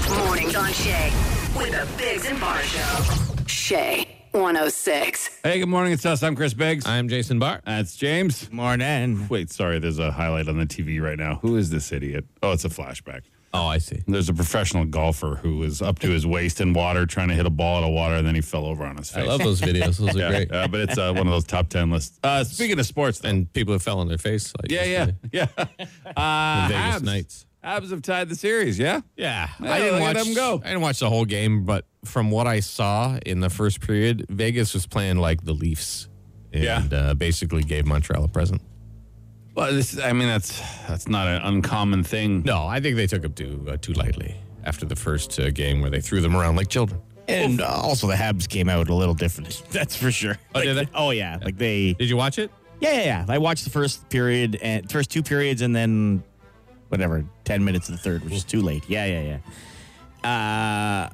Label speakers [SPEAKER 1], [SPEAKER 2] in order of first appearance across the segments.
[SPEAKER 1] on Shay with the Biggs and Bar Show. oh Shay 106.
[SPEAKER 2] Hey, good morning. It's us. I'm Chris Biggs.
[SPEAKER 3] I'm Jason Barr.
[SPEAKER 2] That's James.
[SPEAKER 3] Uh, Morning.
[SPEAKER 2] Wait, sorry. There's a highlight on the TV right now. Who is this idiot? Oh, it's a flashback.
[SPEAKER 3] Oh, I see.
[SPEAKER 2] There's a professional golfer who was up to his waist in water trying to hit a ball out of water, and then he fell over on his face.
[SPEAKER 3] I love those videos. Those
[SPEAKER 2] yeah,
[SPEAKER 3] are great.
[SPEAKER 2] uh, but it's uh, one of those top ten lists. Uh, speaking of sports, then.
[SPEAKER 3] And people that fell on their face. Like
[SPEAKER 2] Yeah, yeah, yeah. Uh,
[SPEAKER 3] Vegas
[SPEAKER 2] Abs.
[SPEAKER 3] Knights.
[SPEAKER 2] Abs have tied the series. Yeah.
[SPEAKER 3] Yeah,
[SPEAKER 2] Yeah,
[SPEAKER 3] I didn't
[SPEAKER 2] look at
[SPEAKER 3] watch.
[SPEAKER 2] them go.
[SPEAKER 3] I didn't watch the whole game, but from what I saw in the first period, Vegas was playing like the Leafs, and
[SPEAKER 2] Yeah.
[SPEAKER 3] uh, basically gave Montreal a present.
[SPEAKER 2] Well, this. I mean, that's that's not an uncommon thing.
[SPEAKER 3] No, I think they took it too uh, too lightly after the first uh, game where they threw them around like children.
[SPEAKER 4] And uh, also, the Habs came out a little different. That's for sure.
[SPEAKER 3] Oh, did they?
[SPEAKER 4] Like, oh yeah. Like they.
[SPEAKER 3] Did you watch it?
[SPEAKER 4] Yeah, yeah, yeah. I watched the first period and first two periods, and then whatever, ten minutes of the third, which is too late. Yeah, yeah, yeah. Uh,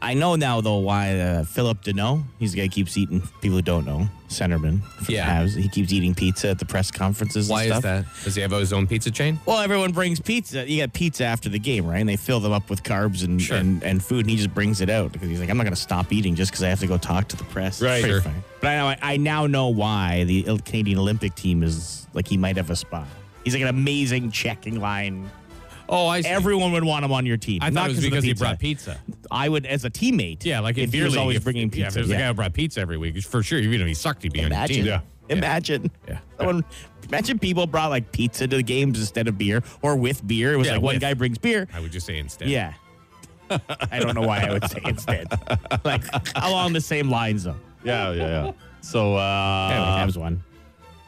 [SPEAKER 4] I know now though why uh, Philip Deneau, he's the guy who keeps eating people who don't know centerman. For
[SPEAKER 3] Yeah.
[SPEAKER 4] the Habs. he keeps eating pizza at the press conferences.
[SPEAKER 3] Why
[SPEAKER 4] and
[SPEAKER 3] is
[SPEAKER 4] stuff.
[SPEAKER 3] that? Does he have his own pizza chain?
[SPEAKER 4] Well, everyone brings pizza. You got pizza after the game, right? And they fill them up with carbs and,
[SPEAKER 3] Sure.
[SPEAKER 4] and, and food, and he just brings it out because he's like, I'm not going to stop eating just because I have to go talk to the press.
[SPEAKER 3] Right.
[SPEAKER 4] Pretty
[SPEAKER 3] Sure.
[SPEAKER 4] fine. But I, know, I now know why the Il- Canadian Olympic team is like, he might have a spot. He's like an amazing checking line.
[SPEAKER 3] Oh, I see.
[SPEAKER 4] Everyone would want him on your team.
[SPEAKER 3] I thought it was
[SPEAKER 4] of the
[SPEAKER 3] because he brought pizza.
[SPEAKER 4] I would, as a teammate.
[SPEAKER 3] Yeah, like in
[SPEAKER 4] if he
[SPEAKER 3] beer
[SPEAKER 4] was
[SPEAKER 3] league,
[SPEAKER 4] always
[SPEAKER 3] if-
[SPEAKER 4] bringing
[SPEAKER 3] Yeah, if
[SPEAKER 4] pizza.
[SPEAKER 3] there's a guy
[SPEAKER 4] yeah.
[SPEAKER 3] who brought pizza every week, for sure, even if he sucked, he'd be on your
[SPEAKER 4] Imagine.
[SPEAKER 3] team.
[SPEAKER 4] Imagine.
[SPEAKER 3] Yeah.
[SPEAKER 4] Someone, imagine people brought like pizza to the games instead of beer or with beer. It was
[SPEAKER 3] Yeah,
[SPEAKER 4] like one
[SPEAKER 3] with.
[SPEAKER 4] guy brings beer.
[SPEAKER 3] I would just say instead.
[SPEAKER 4] Yeah. I don't know why I would say instead. Like along the same lines though.
[SPEAKER 2] Yeah, yeah, yeah. So
[SPEAKER 4] Anyway,
[SPEAKER 2] uh,
[SPEAKER 4] Habs won.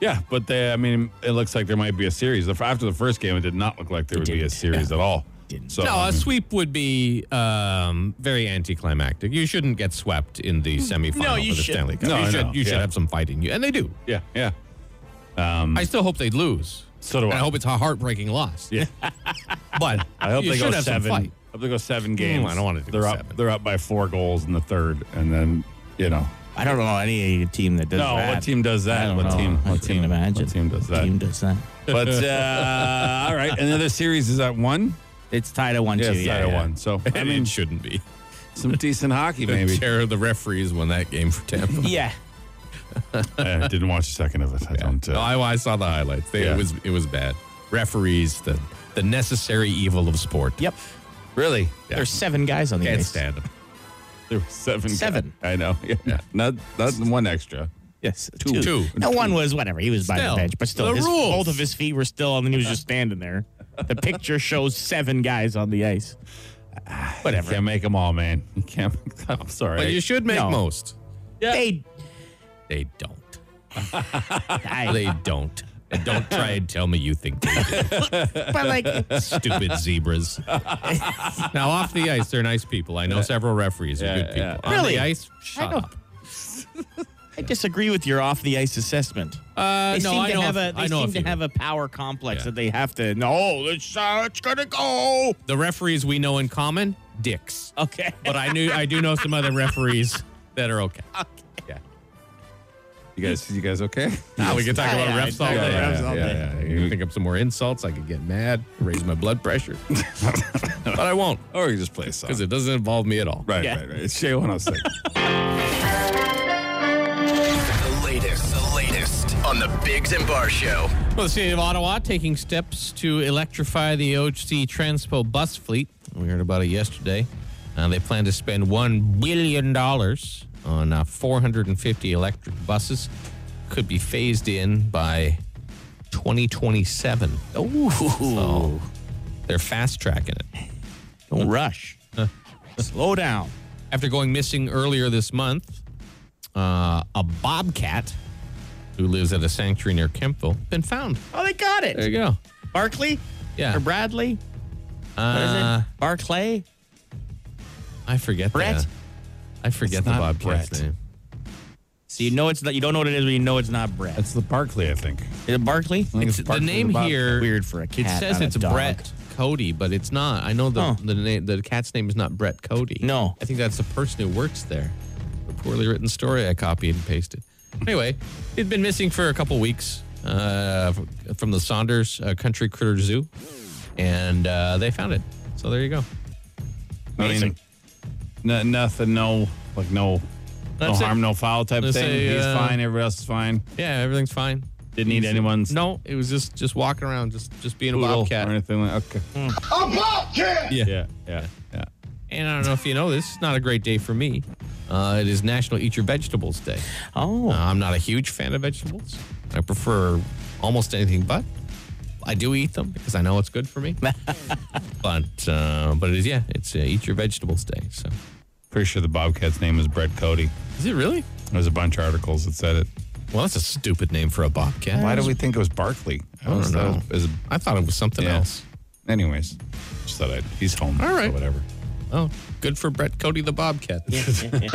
[SPEAKER 2] yeah, but they. I mean, it looks like there might be a series. The- After the first game, it did not look like there would be a
[SPEAKER 4] didn't.
[SPEAKER 2] series at all.
[SPEAKER 4] Didn't.
[SPEAKER 2] So
[SPEAKER 3] No,
[SPEAKER 2] I
[SPEAKER 3] a
[SPEAKER 2] mean,
[SPEAKER 3] sweep would be um, very anticlimactic. You shouldn't get swept in the semifinal
[SPEAKER 4] No, you
[SPEAKER 3] of the
[SPEAKER 4] shouldn't.
[SPEAKER 3] Stanley Cup.
[SPEAKER 2] Mm. No,
[SPEAKER 3] you
[SPEAKER 2] I
[SPEAKER 3] should,
[SPEAKER 2] know.
[SPEAKER 3] you should
[SPEAKER 2] Yeah.
[SPEAKER 3] have some fight in you, and they do.
[SPEAKER 2] yeah, yeah.
[SPEAKER 3] I still hope they lose.
[SPEAKER 2] So do
[SPEAKER 3] And
[SPEAKER 2] I.
[SPEAKER 3] I hope it's a heartbreaking loss.
[SPEAKER 2] Yeah.
[SPEAKER 3] but
[SPEAKER 2] I hope
[SPEAKER 3] you
[SPEAKER 2] they
[SPEAKER 3] should
[SPEAKER 2] go
[SPEAKER 3] have
[SPEAKER 2] seven.
[SPEAKER 3] Some
[SPEAKER 2] I
[SPEAKER 3] fight.
[SPEAKER 2] hope they go seven games.
[SPEAKER 3] I don't wanna do
[SPEAKER 2] They're up.
[SPEAKER 3] seven.
[SPEAKER 2] They're up by four goals in the third, and then you know.
[SPEAKER 4] I don't know any team that does
[SPEAKER 2] no,
[SPEAKER 4] that.
[SPEAKER 2] what team does
[SPEAKER 4] I
[SPEAKER 2] that?
[SPEAKER 4] don't
[SPEAKER 2] What
[SPEAKER 4] know.
[SPEAKER 2] team?
[SPEAKER 4] I
[SPEAKER 2] What
[SPEAKER 4] couldn't
[SPEAKER 2] team?
[SPEAKER 4] Imagine.
[SPEAKER 2] What team does
[SPEAKER 4] What team
[SPEAKER 2] that?
[SPEAKER 4] does that?
[SPEAKER 2] But uh, all right, another series is at one.
[SPEAKER 4] It's tied at one
[SPEAKER 2] Yeah,
[SPEAKER 4] two.
[SPEAKER 2] it's tied at one. So I mean,
[SPEAKER 3] it shouldn't be.
[SPEAKER 2] some decent hockey
[SPEAKER 3] The
[SPEAKER 2] maybe.
[SPEAKER 3] chair of the referees won that game for Tampa.
[SPEAKER 4] Yeah.
[SPEAKER 2] I didn't watch a second of it. I don't.
[SPEAKER 3] No,
[SPEAKER 2] Uh,
[SPEAKER 3] I, I saw the highlights. They,
[SPEAKER 2] Yeah.
[SPEAKER 3] It was it was bad. Referees, the the necessary evil of sport.
[SPEAKER 4] Yep.
[SPEAKER 2] really,
[SPEAKER 4] There's seven guys on the
[SPEAKER 3] Can't
[SPEAKER 4] ice.
[SPEAKER 3] stand them.
[SPEAKER 2] There were seven.
[SPEAKER 4] Seven.
[SPEAKER 2] guys. I know. Yeah. Not not one extra.
[SPEAKER 4] Yes.
[SPEAKER 2] Two.
[SPEAKER 4] Two.
[SPEAKER 3] Two.
[SPEAKER 4] No one was whatever. He was by
[SPEAKER 3] Still,
[SPEAKER 4] the bench, but still
[SPEAKER 3] the
[SPEAKER 4] his,
[SPEAKER 3] rules.
[SPEAKER 4] both of his feet were still and then he was just standing there. The picture shows seven guys on the ice.
[SPEAKER 2] Whatever. Can't make them all, man. You can't. Make them. I'm sorry.
[SPEAKER 3] But you should make
[SPEAKER 4] No.
[SPEAKER 3] most.
[SPEAKER 4] They
[SPEAKER 3] They don't.
[SPEAKER 4] I,
[SPEAKER 3] They don't. And don't try and tell me you think they do.
[SPEAKER 4] but like
[SPEAKER 3] Stupid zebras. now, off the ice, they're nice people. I know several referees are
[SPEAKER 2] Yeah,
[SPEAKER 3] good people.
[SPEAKER 2] yeah.
[SPEAKER 3] On
[SPEAKER 4] Really?
[SPEAKER 3] the ice, shut
[SPEAKER 4] don't-
[SPEAKER 3] up.
[SPEAKER 4] I disagree with your off the ice assessment.
[SPEAKER 3] Uh,
[SPEAKER 4] They
[SPEAKER 3] no,
[SPEAKER 4] seem
[SPEAKER 3] I
[SPEAKER 4] to
[SPEAKER 3] know
[SPEAKER 4] have
[SPEAKER 3] a-
[SPEAKER 4] a they
[SPEAKER 3] I know a
[SPEAKER 4] seem to
[SPEAKER 3] few.
[SPEAKER 4] have a power complex
[SPEAKER 3] Yeah.
[SPEAKER 4] that they have to no, it's uh, it's gonna go.
[SPEAKER 3] The referees we know in common, dicks.
[SPEAKER 4] Okay.
[SPEAKER 3] But I knew I do know some other referees that are okay. Yeah.
[SPEAKER 2] You guys. You guys okay?
[SPEAKER 3] Now we can talk about
[SPEAKER 4] Yeah,
[SPEAKER 3] refs
[SPEAKER 4] yeah,
[SPEAKER 3] all
[SPEAKER 4] yeah,
[SPEAKER 3] day.
[SPEAKER 4] yeah, yeah,
[SPEAKER 2] yeah, yeah.
[SPEAKER 3] I can think up some more insults. I could get mad, raise my blood pressure, but I won't
[SPEAKER 2] Or you just play a song.
[SPEAKER 3] because it doesn't involve me at all.
[SPEAKER 2] Right,
[SPEAKER 4] Yeah.
[SPEAKER 2] right, right. It's Shay 106.
[SPEAKER 5] The latest, the latest on the Biggs and Bar Show.
[SPEAKER 3] Well, the city of Ottawa taking steps to electrify the OHC Transpo bus fleet. We heard about it yesterday. Uh, they plan to spend $1 billion on uh, 450 electric buses. Could be phased in by 2027.
[SPEAKER 4] Ooh.
[SPEAKER 3] Oh. They're fast tracking it.
[SPEAKER 4] Don't rush. Slow down.
[SPEAKER 3] After going missing earlier this month, uh, a bobcat who lives at a sanctuary near Kempville been found.
[SPEAKER 4] Oh, they got
[SPEAKER 3] There
[SPEAKER 4] it.
[SPEAKER 3] you go.
[SPEAKER 4] Barkley
[SPEAKER 3] Yeah.
[SPEAKER 4] or Bradley? What is
[SPEAKER 3] Uh,
[SPEAKER 4] it? Barclay?
[SPEAKER 3] I forget
[SPEAKER 4] Brett?
[SPEAKER 3] the I forget
[SPEAKER 2] It's
[SPEAKER 3] the
[SPEAKER 2] not
[SPEAKER 3] Bobcat's
[SPEAKER 2] Brett.
[SPEAKER 3] name.
[SPEAKER 4] So you know it's not you don't know what it is, but you know it's not Brett.
[SPEAKER 2] That's the Barkley, I think.
[SPEAKER 4] Is it Barkley?
[SPEAKER 2] think
[SPEAKER 3] It's,
[SPEAKER 2] it's
[SPEAKER 3] the
[SPEAKER 2] Barkley
[SPEAKER 3] name
[SPEAKER 2] the Bobcat.
[SPEAKER 3] here.
[SPEAKER 4] Weird for a
[SPEAKER 3] It
[SPEAKER 4] cat,
[SPEAKER 3] says
[SPEAKER 4] not a
[SPEAKER 3] it's
[SPEAKER 4] dog.
[SPEAKER 3] Brett Cody, but it's not. I know the
[SPEAKER 4] Huh.
[SPEAKER 3] the name. The cat's name is not Brett Cody.
[SPEAKER 4] No.
[SPEAKER 3] I think that's the person who works there. The poorly written story I copied and pasted. Anyway, it'd been missing for a couple weeks uh, f- from the Saunders uh, Country Critter Zoo, and uh, they found it. So there you go.
[SPEAKER 2] I mean,
[SPEAKER 4] Amazing.
[SPEAKER 2] no, nothing, no, like no, no
[SPEAKER 3] That's it.
[SPEAKER 2] harm, no foul type
[SPEAKER 3] Let's
[SPEAKER 2] thing.
[SPEAKER 3] say,
[SPEAKER 2] He's
[SPEAKER 3] uh,
[SPEAKER 2] fine. Everybody else is fine.
[SPEAKER 3] Yeah, everything's fine.
[SPEAKER 2] Didn't need anyone's
[SPEAKER 3] No, it was just just walking around, just just being a
[SPEAKER 2] poodle or
[SPEAKER 3] bobcat. Mm.
[SPEAKER 2] anything like. Okay.
[SPEAKER 3] Yeah.
[SPEAKER 2] Yeah, yeah, yeah.
[SPEAKER 3] And I don't know if you know this, it's not a great day for me. Uh, it is National Eat Your Vegetables Day.
[SPEAKER 4] Oh,
[SPEAKER 3] Uh, I'm not a huge fan of vegetables. I prefer almost anything but. I do eat them because I know it's good for me. but uh, but it is yeah, it's uh, Eat Your Vegetables Day. So
[SPEAKER 2] Pretty sure the bobcat's name is Brett Cody.
[SPEAKER 3] is it really?
[SPEAKER 2] There's a bunch of articles that said it.
[SPEAKER 3] Well, that's a stupid name for a bobcat.
[SPEAKER 2] Why do we think it was Barkley? I,
[SPEAKER 3] don't
[SPEAKER 2] was-
[SPEAKER 3] know.
[SPEAKER 2] that was- is-
[SPEAKER 3] I thought it was something
[SPEAKER 2] yeah.
[SPEAKER 3] else.
[SPEAKER 2] Anyways, just thought I'd, he's home.
[SPEAKER 3] All right.
[SPEAKER 2] So whatever.
[SPEAKER 3] Oh, good for Brett Cody the Bobcat.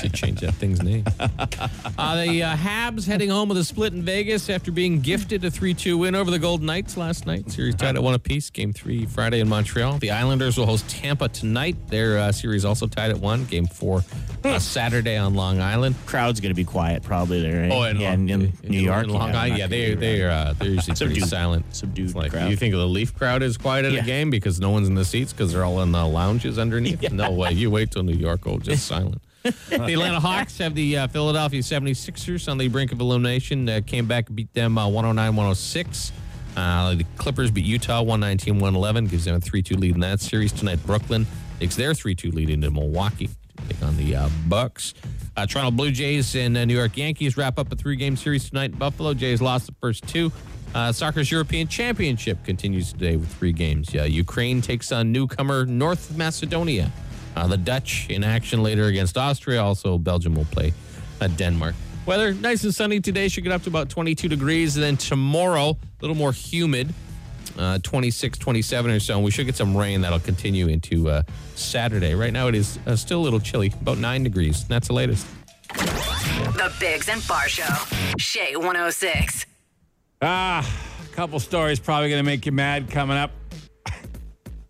[SPEAKER 3] Should change that thing's
[SPEAKER 4] eh?
[SPEAKER 3] name. Uh, the uh, Habs heading home with a split in Vegas after being gifted a 3 2 win over the Golden Knights last night. Series tied at one apiece. Game three Friday in Montreal. The Islanders will host Tampa tonight. Their uh, series also tied at one. Game four
[SPEAKER 4] Hmm.
[SPEAKER 3] uh, Saturday on Long Island.
[SPEAKER 4] crowd's gonna be quiet probably there. Right? yeah,
[SPEAKER 3] Oh, Long-
[SPEAKER 4] Oh, in, in New York,
[SPEAKER 3] in Long
[SPEAKER 4] not
[SPEAKER 3] Island. Yeah,
[SPEAKER 4] gonna
[SPEAKER 3] they
[SPEAKER 4] be
[SPEAKER 3] they
[SPEAKER 4] around.
[SPEAKER 3] are uh, they're usually pretty
[SPEAKER 4] Subdued.
[SPEAKER 3] silent.
[SPEAKER 4] Subdued
[SPEAKER 3] It's like
[SPEAKER 4] crowd.
[SPEAKER 3] you think the Leaf crowd is quiet at
[SPEAKER 4] Yeah.
[SPEAKER 3] a game because no one's in the seats because they're all in the lounges underneath. No way. You wait till New York, oh, just silent. the Atlanta Hawks have the uh, Philadelphia 76ers on the brink of elimination. Uh, came back, beat them uh, 109-106. Uh, the Clippers beat Utah 119-111, gives them a 3-2 lead in that series. Tonight, Brooklyn takes their 3-2 lead into Milwaukee to take on the uh, Bucks. Uh, Toronto Blue Jays and uh, New York Yankees wrap up a three-game series tonight in Buffalo. Jays lost the first two. Uh, soccer's European Championship continues today with three games. Yeah, Ukraine takes on newcomer North Macedonia. Uh, the Dutch in action later against Austria. Also, Belgium will play uh, Denmark. Weather nice and sunny today. Should get up to about 22 degrees. And then tomorrow, a little more humid, uh, 26, 27 or so. And we should get some rain that'll continue into uh, Saturday. Right now, it is uh, still a little chilly, about nine degrees. And that's the latest.
[SPEAKER 1] The Bigs and Bar Show. oh Shay 106.
[SPEAKER 2] Ah, A couple stories probably going to make you mad coming up.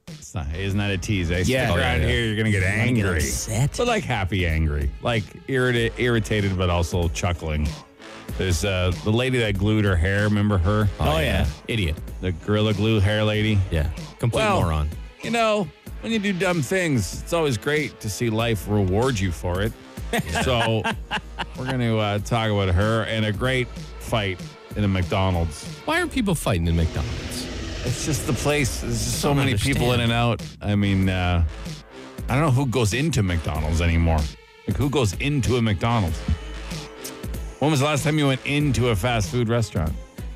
[SPEAKER 2] It's not, isn't that a tease? Eh?
[SPEAKER 4] Yeah.
[SPEAKER 2] Stick
[SPEAKER 4] Oh, yeah,
[SPEAKER 2] around
[SPEAKER 4] yeah.
[SPEAKER 2] here, you're going to get angry.
[SPEAKER 4] upset.
[SPEAKER 2] But like happy angry. Like irrita- irritated, but also chuckling. There's uh, the lady that glued her hair. Remember her?
[SPEAKER 4] Oh, yeah.
[SPEAKER 3] uh, Idiot.
[SPEAKER 2] The Gorilla Glue hair lady.
[SPEAKER 3] Yeah. Complete
[SPEAKER 2] Well-
[SPEAKER 3] moron.
[SPEAKER 2] You know, when you do dumb things, it's always great to see life reward you for it. so we're going to uh, talk about her and a great fight in a McDonald's.
[SPEAKER 3] Why are people fighting in McDonald's?
[SPEAKER 2] It's just the place. There's just so
[SPEAKER 3] don't
[SPEAKER 2] many people in
[SPEAKER 3] understand.
[SPEAKER 2] and out. I mean, uh, I don't know who goes into McDonald's anymore. Like, who goes into a McDonald's? When was the last time you went into a fast food restaurant?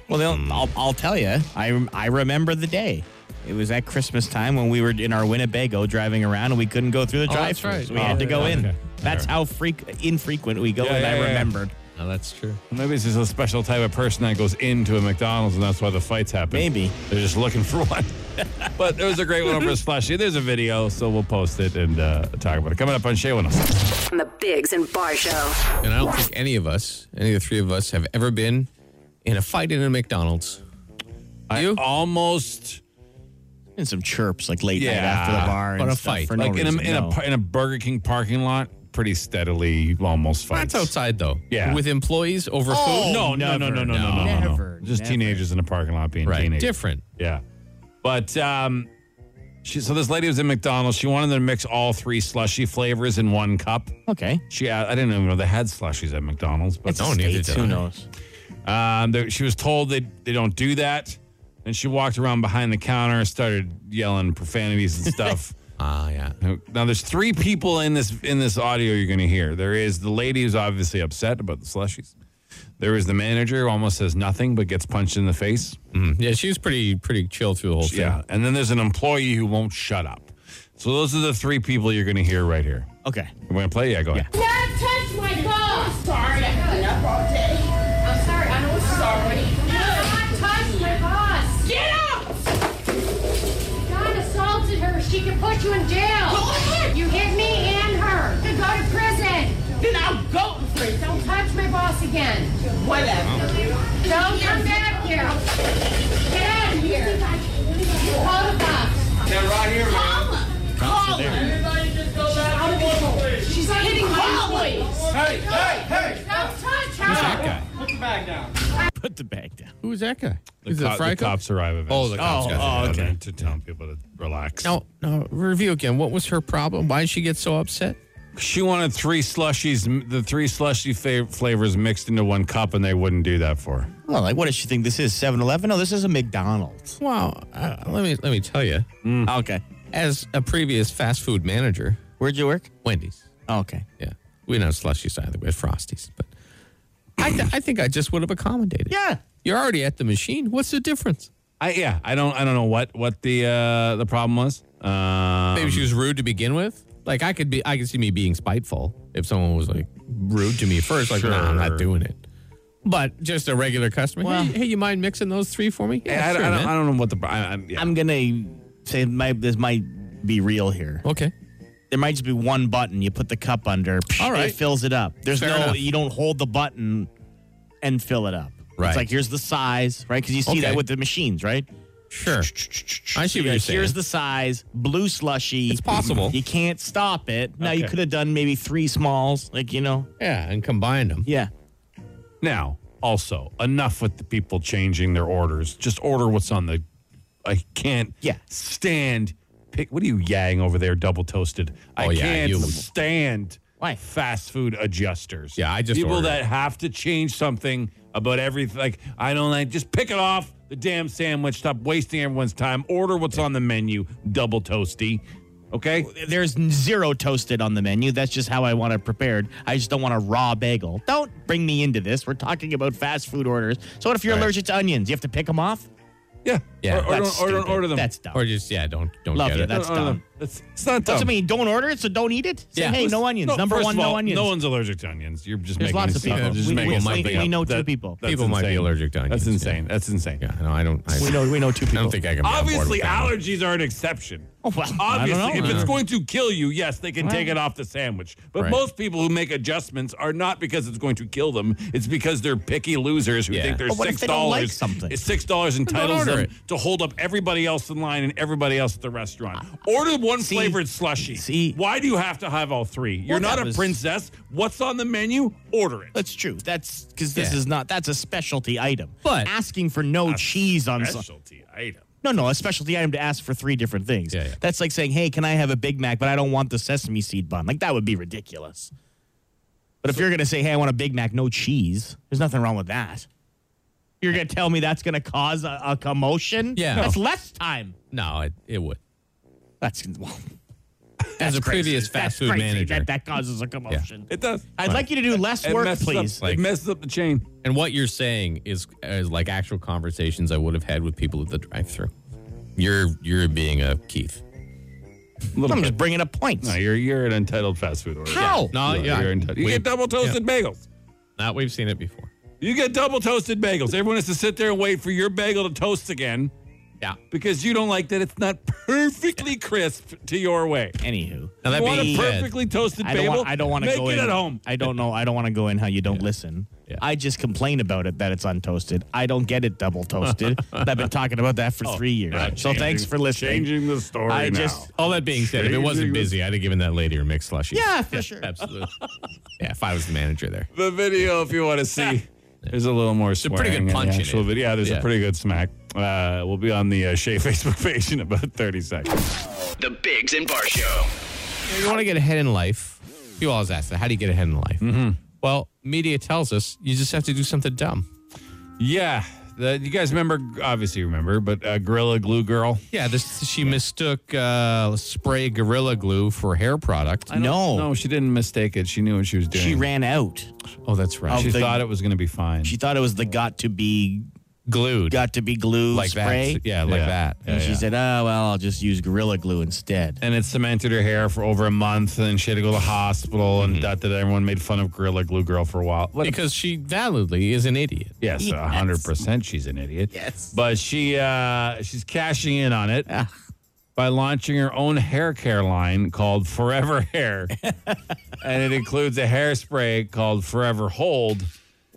[SPEAKER 4] Well, they'll, I'll, I'll tell you. I rem- I remember the day. It was at Christmas time when we were in our Winnebago driving around and we couldn't go through the
[SPEAKER 3] Oh, that's
[SPEAKER 4] drive-thru.
[SPEAKER 3] right.
[SPEAKER 4] So we
[SPEAKER 3] Oh,
[SPEAKER 4] had to go
[SPEAKER 2] yeah,
[SPEAKER 4] in.
[SPEAKER 2] okay.
[SPEAKER 4] That's how freak infrequent we go.
[SPEAKER 2] Yeah,
[SPEAKER 4] and
[SPEAKER 2] yeah,
[SPEAKER 4] I
[SPEAKER 2] yeah.
[SPEAKER 4] remembered.
[SPEAKER 3] No, that's true.
[SPEAKER 2] Maybe it's just a special type of person that goes into a McDonald's, and that's why the fights happen.
[SPEAKER 4] Maybe.
[SPEAKER 2] they're just looking for one. but there was a great one over at Slushy. There's a video, so we'll post it and uh, talk about it. Coming up on Shay 106.
[SPEAKER 1] The Bigs and Bar Show.
[SPEAKER 3] And I don't think any of us, any of the three of us, have ever been in a fight in a McDonald's. you?
[SPEAKER 2] I almost
[SPEAKER 4] And some chirps like late
[SPEAKER 2] Yeah,
[SPEAKER 4] night after the bar. and
[SPEAKER 3] but a
[SPEAKER 4] stuff
[SPEAKER 3] fight.
[SPEAKER 4] For
[SPEAKER 2] like
[SPEAKER 4] no
[SPEAKER 2] in a
[SPEAKER 4] reason,
[SPEAKER 2] in
[SPEAKER 4] no.
[SPEAKER 2] a par- in a Burger King parking lot, pretty steadily almost fights.
[SPEAKER 3] That's outside though.
[SPEAKER 2] Yeah. Oh.
[SPEAKER 3] With employees over food.
[SPEAKER 2] No, no, no, no, no, no, no, no, no.
[SPEAKER 4] Never,
[SPEAKER 2] Just
[SPEAKER 4] never.
[SPEAKER 2] teenagers in a parking lot being
[SPEAKER 3] Right.
[SPEAKER 2] teenagers.
[SPEAKER 3] Different.
[SPEAKER 2] Yeah. But um she so this lady was in McDonald's. She wanted to mix all three slushy flavors in one cup.
[SPEAKER 4] Okay.
[SPEAKER 2] She I didn't even know they had slushies at McDonald's, but
[SPEAKER 3] It's- No, neither did I.
[SPEAKER 4] Who knows?
[SPEAKER 2] Um, there, she was told they they don't do that, and she walked around behind the counter, started yelling profanities and stuff.
[SPEAKER 3] Ah, yeah.
[SPEAKER 2] now there's three people in this in this audio you're going to hear. There is the lady who's obviously upset about the slushies. There is the manager who almost says nothing but gets punched in the face.
[SPEAKER 3] Mm. Yeah, she was pretty pretty chill through the whole thing.
[SPEAKER 2] Yeah, and then there's an employee who won't shut up. So those are the three people you're going to hear right here.
[SPEAKER 4] Okay.
[SPEAKER 2] We're going to play. Yeah, go ahead.
[SPEAKER 6] Not touch my dog. I'm sorry. I've been up all day. I'm sorry. I know it's sorry. Not touch my boss. Get out! God assaulted her. She can put you in jail. Go ahead. You hit me and her. To go to prison. Then I'll go to prison. Don't touch my boss again. Whatever. Don't come back here. Get out of here. Call the cops. They're right here, Call them. Call them. Everybody just go back to one place. She's not hitting my Hey, hey, hey. Don't touch her.
[SPEAKER 2] That guy.
[SPEAKER 7] Put the bag down.
[SPEAKER 2] Put
[SPEAKER 4] the bag down.
[SPEAKER 3] Who is that guy?
[SPEAKER 2] The,
[SPEAKER 3] is
[SPEAKER 2] co-
[SPEAKER 3] it Fry
[SPEAKER 2] the
[SPEAKER 3] Cook?
[SPEAKER 2] cops arrive eventually.
[SPEAKER 3] Oh, the cops
[SPEAKER 4] Oh, got oh, there. okay.
[SPEAKER 2] To tell people to relax.
[SPEAKER 3] No, no. Review again. What was her problem? Why did she get so upset?
[SPEAKER 2] She wanted three slushies, the three slushy fa- flavors mixed into one cup, and they wouldn't do that for her.
[SPEAKER 4] Well, like, what does she think this is? 7 Eleven? No, this is a McDonald's.
[SPEAKER 3] Wow. Uh, let me let me tell you.
[SPEAKER 2] Mm. Hmm.
[SPEAKER 4] Okay.
[SPEAKER 3] As a previous fast food manager,
[SPEAKER 4] Where'd you work?
[SPEAKER 3] Wendy's.
[SPEAKER 4] Okay.
[SPEAKER 3] Yeah, we didn't have slushies either. We had Frosties, but I th- I think I just would have accommodated.
[SPEAKER 4] Yeah.
[SPEAKER 3] You're already at the machine. What's the difference?
[SPEAKER 2] I yeah, I don't I don't know what what the uh, the problem was. Uh,
[SPEAKER 3] Maybe she was rude to begin with. Like I could be, I could see me being spiteful if someone was like rude to me first. Like, no, I'm
[SPEAKER 2] Sure.
[SPEAKER 3] not doing it. But just a regular customer. hey, hey, you mind mixing those three for me?
[SPEAKER 2] I, I don't, I, don't, I don't know what the. pro- I, I'm, yeah.
[SPEAKER 4] I'm going to say my, this might be real here.
[SPEAKER 3] Okay.
[SPEAKER 4] There might just be one button. You put the cup under,
[SPEAKER 3] All right.
[SPEAKER 4] it fills it up. There's
[SPEAKER 3] Fair
[SPEAKER 4] no,
[SPEAKER 3] enough.
[SPEAKER 4] you don't hold the button and fill it up.
[SPEAKER 3] Right.
[SPEAKER 4] It's like, here's the size, right? Because you see
[SPEAKER 3] Okay.
[SPEAKER 4] that with the machines, right?
[SPEAKER 3] Sure. I see what you're
[SPEAKER 4] Like,
[SPEAKER 3] saying.
[SPEAKER 4] here's the size, blue slushy.
[SPEAKER 3] It's possible.
[SPEAKER 4] You can't stop it. Now, you
[SPEAKER 2] Okay.
[SPEAKER 4] could have done maybe three smalls, like, you know?
[SPEAKER 3] yeah, and combine them.
[SPEAKER 4] Yeah.
[SPEAKER 2] Now, also, enough with the people changing their orders. Just order what's on the. I can't.
[SPEAKER 4] Yeah.
[SPEAKER 2] Stand. Pick. What are you yang over there? Double toasted. I
[SPEAKER 3] Oh, yeah,
[SPEAKER 2] can't
[SPEAKER 3] you-
[SPEAKER 2] stand.
[SPEAKER 4] Why?
[SPEAKER 2] Fast food adjusters.
[SPEAKER 3] Yeah, I just
[SPEAKER 2] people
[SPEAKER 3] ordered.
[SPEAKER 2] that have to change something about everything. Like I don't like. Just pick it off the damn sandwich. Stop wasting everyone's time. Order what's on the menu. Double toasty. Okay.
[SPEAKER 4] there's zero toasted on the menu. That's just how I want it prepared. I just don't want a raw bagel. Don't bring me into this. We're talking about fast food orders. So what if you're
[SPEAKER 3] Right.
[SPEAKER 4] allergic to onions? You have to pick them off?
[SPEAKER 2] Yeah.
[SPEAKER 3] Yeah,
[SPEAKER 2] Or, or
[SPEAKER 4] That's
[SPEAKER 2] don't, or don't
[SPEAKER 4] stupid.
[SPEAKER 2] order them.
[SPEAKER 4] That's dumb.
[SPEAKER 3] Or just yeah, don't don't
[SPEAKER 4] Love
[SPEAKER 3] get
[SPEAKER 4] you.
[SPEAKER 3] it.
[SPEAKER 4] That's
[SPEAKER 2] Don't order
[SPEAKER 4] dumb.
[SPEAKER 2] them. That's it's not dumb.
[SPEAKER 4] That's what I mean. Don't order it, so don't eat it. Say,
[SPEAKER 3] Yeah.
[SPEAKER 4] hey, no onions.
[SPEAKER 2] No,
[SPEAKER 4] Number
[SPEAKER 2] first
[SPEAKER 4] one,
[SPEAKER 2] of all,
[SPEAKER 4] no onions.
[SPEAKER 2] No one's allergic to onions. You're just
[SPEAKER 4] There's
[SPEAKER 2] making
[SPEAKER 4] lots of
[SPEAKER 2] stuff
[SPEAKER 4] people.
[SPEAKER 2] up.
[SPEAKER 3] Yeah, just
[SPEAKER 4] we,
[SPEAKER 3] making
[SPEAKER 4] we-
[SPEAKER 3] something
[SPEAKER 4] we-
[SPEAKER 3] up.
[SPEAKER 4] we know two
[SPEAKER 2] That-
[SPEAKER 4] people.
[SPEAKER 2] that's
[SPEAKER 3] People might be
[SPEAKER 2] insane.
[SPEAKER 3] allergic to onions,
[SPEAKER 2] That's insane. That's insane.
[SPEAKER 3] yeah, no, I don't. I,
[SPEAKER 4] We know, we know two
[SPEAKER 3] I
[SPEAKER 4] people.
[SPEAKER 3] don't think I can. be on board with
[SPEAKER 2] Obviously,
[SPEAKER 3] that.
[SPEAKER 2] allergies are an exception.
[SPEAKER 4] Oh, well, I don't
[SPEAKER 2] Obviously,
[SPEAKER 4] know.
[SPEAKER 2] if it's going to kill you, yes, they can take it off the sandwich. But
[SPEAKER 3] Right.
[SPEAKER 2] most people who make adjustments are not because it's going to kill them. It's because they're picky losers who
[SPEAKER 3] Yeah.
[SPEAKER 2] think they're
[SPEAKER 4] But what if
[SPEAKER 2] six
[SPEAKER 4] they don't like
[SPEAKER 2] dollars.
[SPEAKER 4] something?
[SPEAKER 2] Six dollars entitles
[SPEAKER 3] order
[SPEAKER 2] them
[SPEAKER 3] it.
[SPEAKER 2] to hold up everybody else in line and everybody else at the restaurant. Order one
[SPEAKER 4] Uh, See?
[SPEAKER 2] flavored slushie.
[SPEAKER 4] See?
[SPEAKER 2] why do you have to have all three? You're
[SPEAKER 4] Well,
[SPEAKER 2] not
[SPEAKER 4] that
[SPEAKER 2] a
[SPEAKER 4] was-
[SPEAKER 2] princess. What's on the menu? Order it.
[SPEAKER 4] That's true. That's because this
[SPEAKER 3] Yeah.
[SPEAKER 4] is not. That's a specialty item.
[SPEAKER 3] But-
[SPEAKER 4] asking for no cheese on some-
[SPEAKER 2] Specialty item.
[SPEAKER 4] No, no, a specialty item to ask for three different things.
[SPEAKER 3] Yeah, yeah.
[SPEAKER 4] That's like saying, hey, can I have a Big Mac, but I don't want the sesame seed bun? Like, that would be ridiculous. But if you're going to say, hey, I want a Big Mac, no cheese, there's nothing wrong with that. You're going to tell me that's going to cause a, a commotion?
[SPEAKER 3] Yeah.
[SPEAKER 4] That's less time.
[SPEAKER 3] No, it, it would.
[SPEAKER 4] That's, well,
[SPEAKER 3] As a
[SPEAKER 4] crazy.
[SPEAKER 3] previous
[SPEAKER 4] That's
[SPEAKER 3] fast food
[SPEAKER 4] crazy
[SPEAKER 3] manager,
[SPEAKER 4] That, that causes a commotion.
[SPEAKER 2] It does.
[SPEAKER 4] I'd like you to do less
[SPEAKER 2] It
[SPEAKER 4] work,
[SPEAKER 2] messes up-
[SPEAKER 4] please.
[SPEAKER 2] it messes up the chain.
[SPEAKER 3] and what you're saying is is like actual conversations I would have had with people at the drive-through. You're you're being a Keith.
[SPEAKER 2] A little
[SPEAKER 4] I'm
[SPEAKER 2] bit.
[SPEAKER 4] just bringing up points.
[SPEAKER 2] No, you're you're an entitled fast food order.
[SPEAKER 4] How?
[SPEAKER 3] No,
[SPEAKER 2] You
[SPEAKER 3] yeah,
[SPEAKER 2] are enti- you
[SPEAKER 3] we-
[SPEAKER 2] get double toasted bagels.
[SPEAKER 3] Now we've seen it before.
[SPEAKER 2] You get double toasted bagels. Everyone has to sit there and wait for your bagel to toast again
[SPEAKER 3] Yeah.
[SPEAKER 2] because you don't like that it's not perfectly crisp to your way.
[SPEAKER 4] Anywho.
[SPEAKER 3] Now that
[SPEAKER 2] You want a
[SPEAKER 3] being said,
[SPEAKER 2] perfectly toasted
[SPEAKER 4] I
[SPEAKER 2] bagel?
[SPEAKER 4] don't want. I don't want to
[SPEAKER 2] Make
[SPEAKER 4] go
[SPEAKER 2] it
[SPEAKER 4] in
[SPEAKER 2] at home.
[SPEAKER 4] I don't know. I don't want to go in how you don't listen.
[SPEAKER 3] Yeah.
[SPEAKER 4] I just complain about it that it's untoasted. I don't get it double toasted. I've been talking about that for
[SPEAKER 3] Oh,
[SPEAKER 4] three years.
[SPEAKER 2] Now
[SPEAKER 4] so thanks
[SPEAKER 2] changing-
[SPEAKER 4] for listening.
[SPEAKER 2] Changing the story
[SPEAKER 4] I
[SPEAKER 2] now.
[SPEAKER 4] just-
[SPEAKER 3] all that being said, if it wasn't busy, I'd have given that lady her mixed slushies.
[SPEAKER 4] Yeah, for sure.
[SPEAKER 3] absolutely. yeah, if I was the manager there.
[SPEAKER 2] the video if you want to see. There's a little more swearing.
[SPEAKER 3] pretty good
[SPEAKER 2] in the
[SPEAKER 3] punch in
[SPEAKER 2] actual
[SPEAKER 3] it.
[SPEAKER 2] video. Yeah, there's
[SPEAKER 3] Yeah.
[SPEAKER 2] a pretty good smack. Uh, we'll be on the uh, Shea Facebook page in about 30 seconds.
[SPEAKER 5] The Bigs and Bar Show.
[SPEAKER 3] If you want to get ahead in life, people always ask that. How do you get ahead in life? Mm-hmm. Well, media tells us you just have to do something dumb.
[SPEAKER 2] Yeah, the, you guys remember? Obviously, remember, but uh, Gorilla Glue Girl.
[SPEAKER 3] Yeah, this she mistook uh, spray gorilla glue for hair product.
[SPEAKER 4] no,
[SPEAKER 2] No, she didn't mistake it. She knew what she was doing.
[SPEAKER 4] she ran out.
[SPEAKER 3] Oh, that's right.
[SPEAKER 2] She
[SPEAKER 4] the-
[SPEAKER 2] thought it was going to be fine.
[SPEAKER 4] She thought it was the got to be
[SPEAKER 3] glued
[SPEAKER 4] got to be glue
[SPEAKER 3] like
[SPEAKER 4] spray.
[SPEAKER 3] that. Yeah, like
[SPEAKER 2] Yeah.
[SPEAKER 3] that.
[SPEAKER 4] and she said, "Oh well, I'll just use gorilla glue instead."
[SPEAKER 2] and it cemented her hair for over a month, and she had to go to the hospital, and that, that everyone made fun of Gorilla Glue Girl for a while. Mm-hmm. What a
[SPEAKER 3] Because she validly is an idiot.
[SPEAKER 2] Yes, a hundred percent. She's an idiot.
[SPEAKER 4] Yes.
[SPEAKER 2] but she uh, she's cashing in on it by launching her own hair care line called Forever Hair, and it includes a hairspray called Forever Hold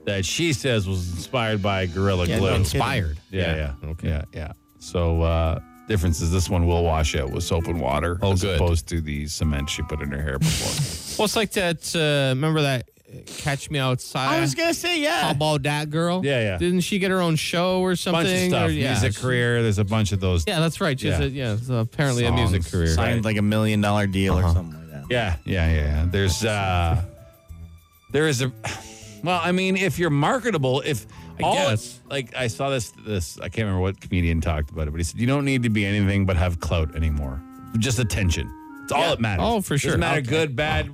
[SPEAKER 2] that she says was inspired by Gorilla
[SPEAKER 4] Yeah,
[SPEAKER 2] Glue.
[SPEAKER 4] no kidding.
[SPEAKER 3] Fired.
[SPEAKER 2] yeah, yeah,
[SPEAKER 3] Okay.
[SPEAKER 2] yeah, yeah. So uh, difference is this one will wash out with soap and water
[SPEAKER 3] Oh,
[SPEAKER 2] as
[SPEAKER 3] good.
[SPEAKER 2] opposed to the cement she put in her hair before.
[SPEAKER 3] Well, it's like that. Uh, remember that uh, Catch Me Outside?
[SPEAKER 4] I was gonna say
[SPEAKER 3] How
[SPEAKER 4] yeah.
[SPEAKER 3] about that girl?
[SPEAKER 2] Yeah, yeah.
[SPEAKER 3] Didn't she get her own show or something?
[SPEAKER 2] bunch of stuff.
[SPEAKER 3] Or- yeah.
[SPEAKER 2] Music career. There's a bunch of those.
[SPEAKER 3] Yeah, that's right. She's
[SPEAKER 2] Yeah.
[SPEAKER 3] yeah, a, yeah so apparently a music
[SPEAKER 2] Songs.
[SPEAKER 3] career.
[SPEAKER 4] Signed like a million dollar deal
[SPEAKER 2] Uh-huh.
[SPEAKER 4] or something like that.
[SPEAKER 2] Yeah, yeah, yeah. There's uh there is a well, I mean, if you're marketable, if
[SPEAKER 3] I
[SPEAKER 2] all
[SPEAKER 3] guess.
[SPEAKER 2] like I saw this this I can't remember what comedian talked about it, but he said you don't need to be anything but have clout anymore. Just attention. It's all
[SPEAKER 3] Yeah.
[SPEAKER 2] that matters.
[SPEAKER 3] Oh, for sure.
[SPEAKER 2] Doesn't matter
[SPEAKER 3] Okay. Mm-hmm.
[SPEAKER 2] good, bad,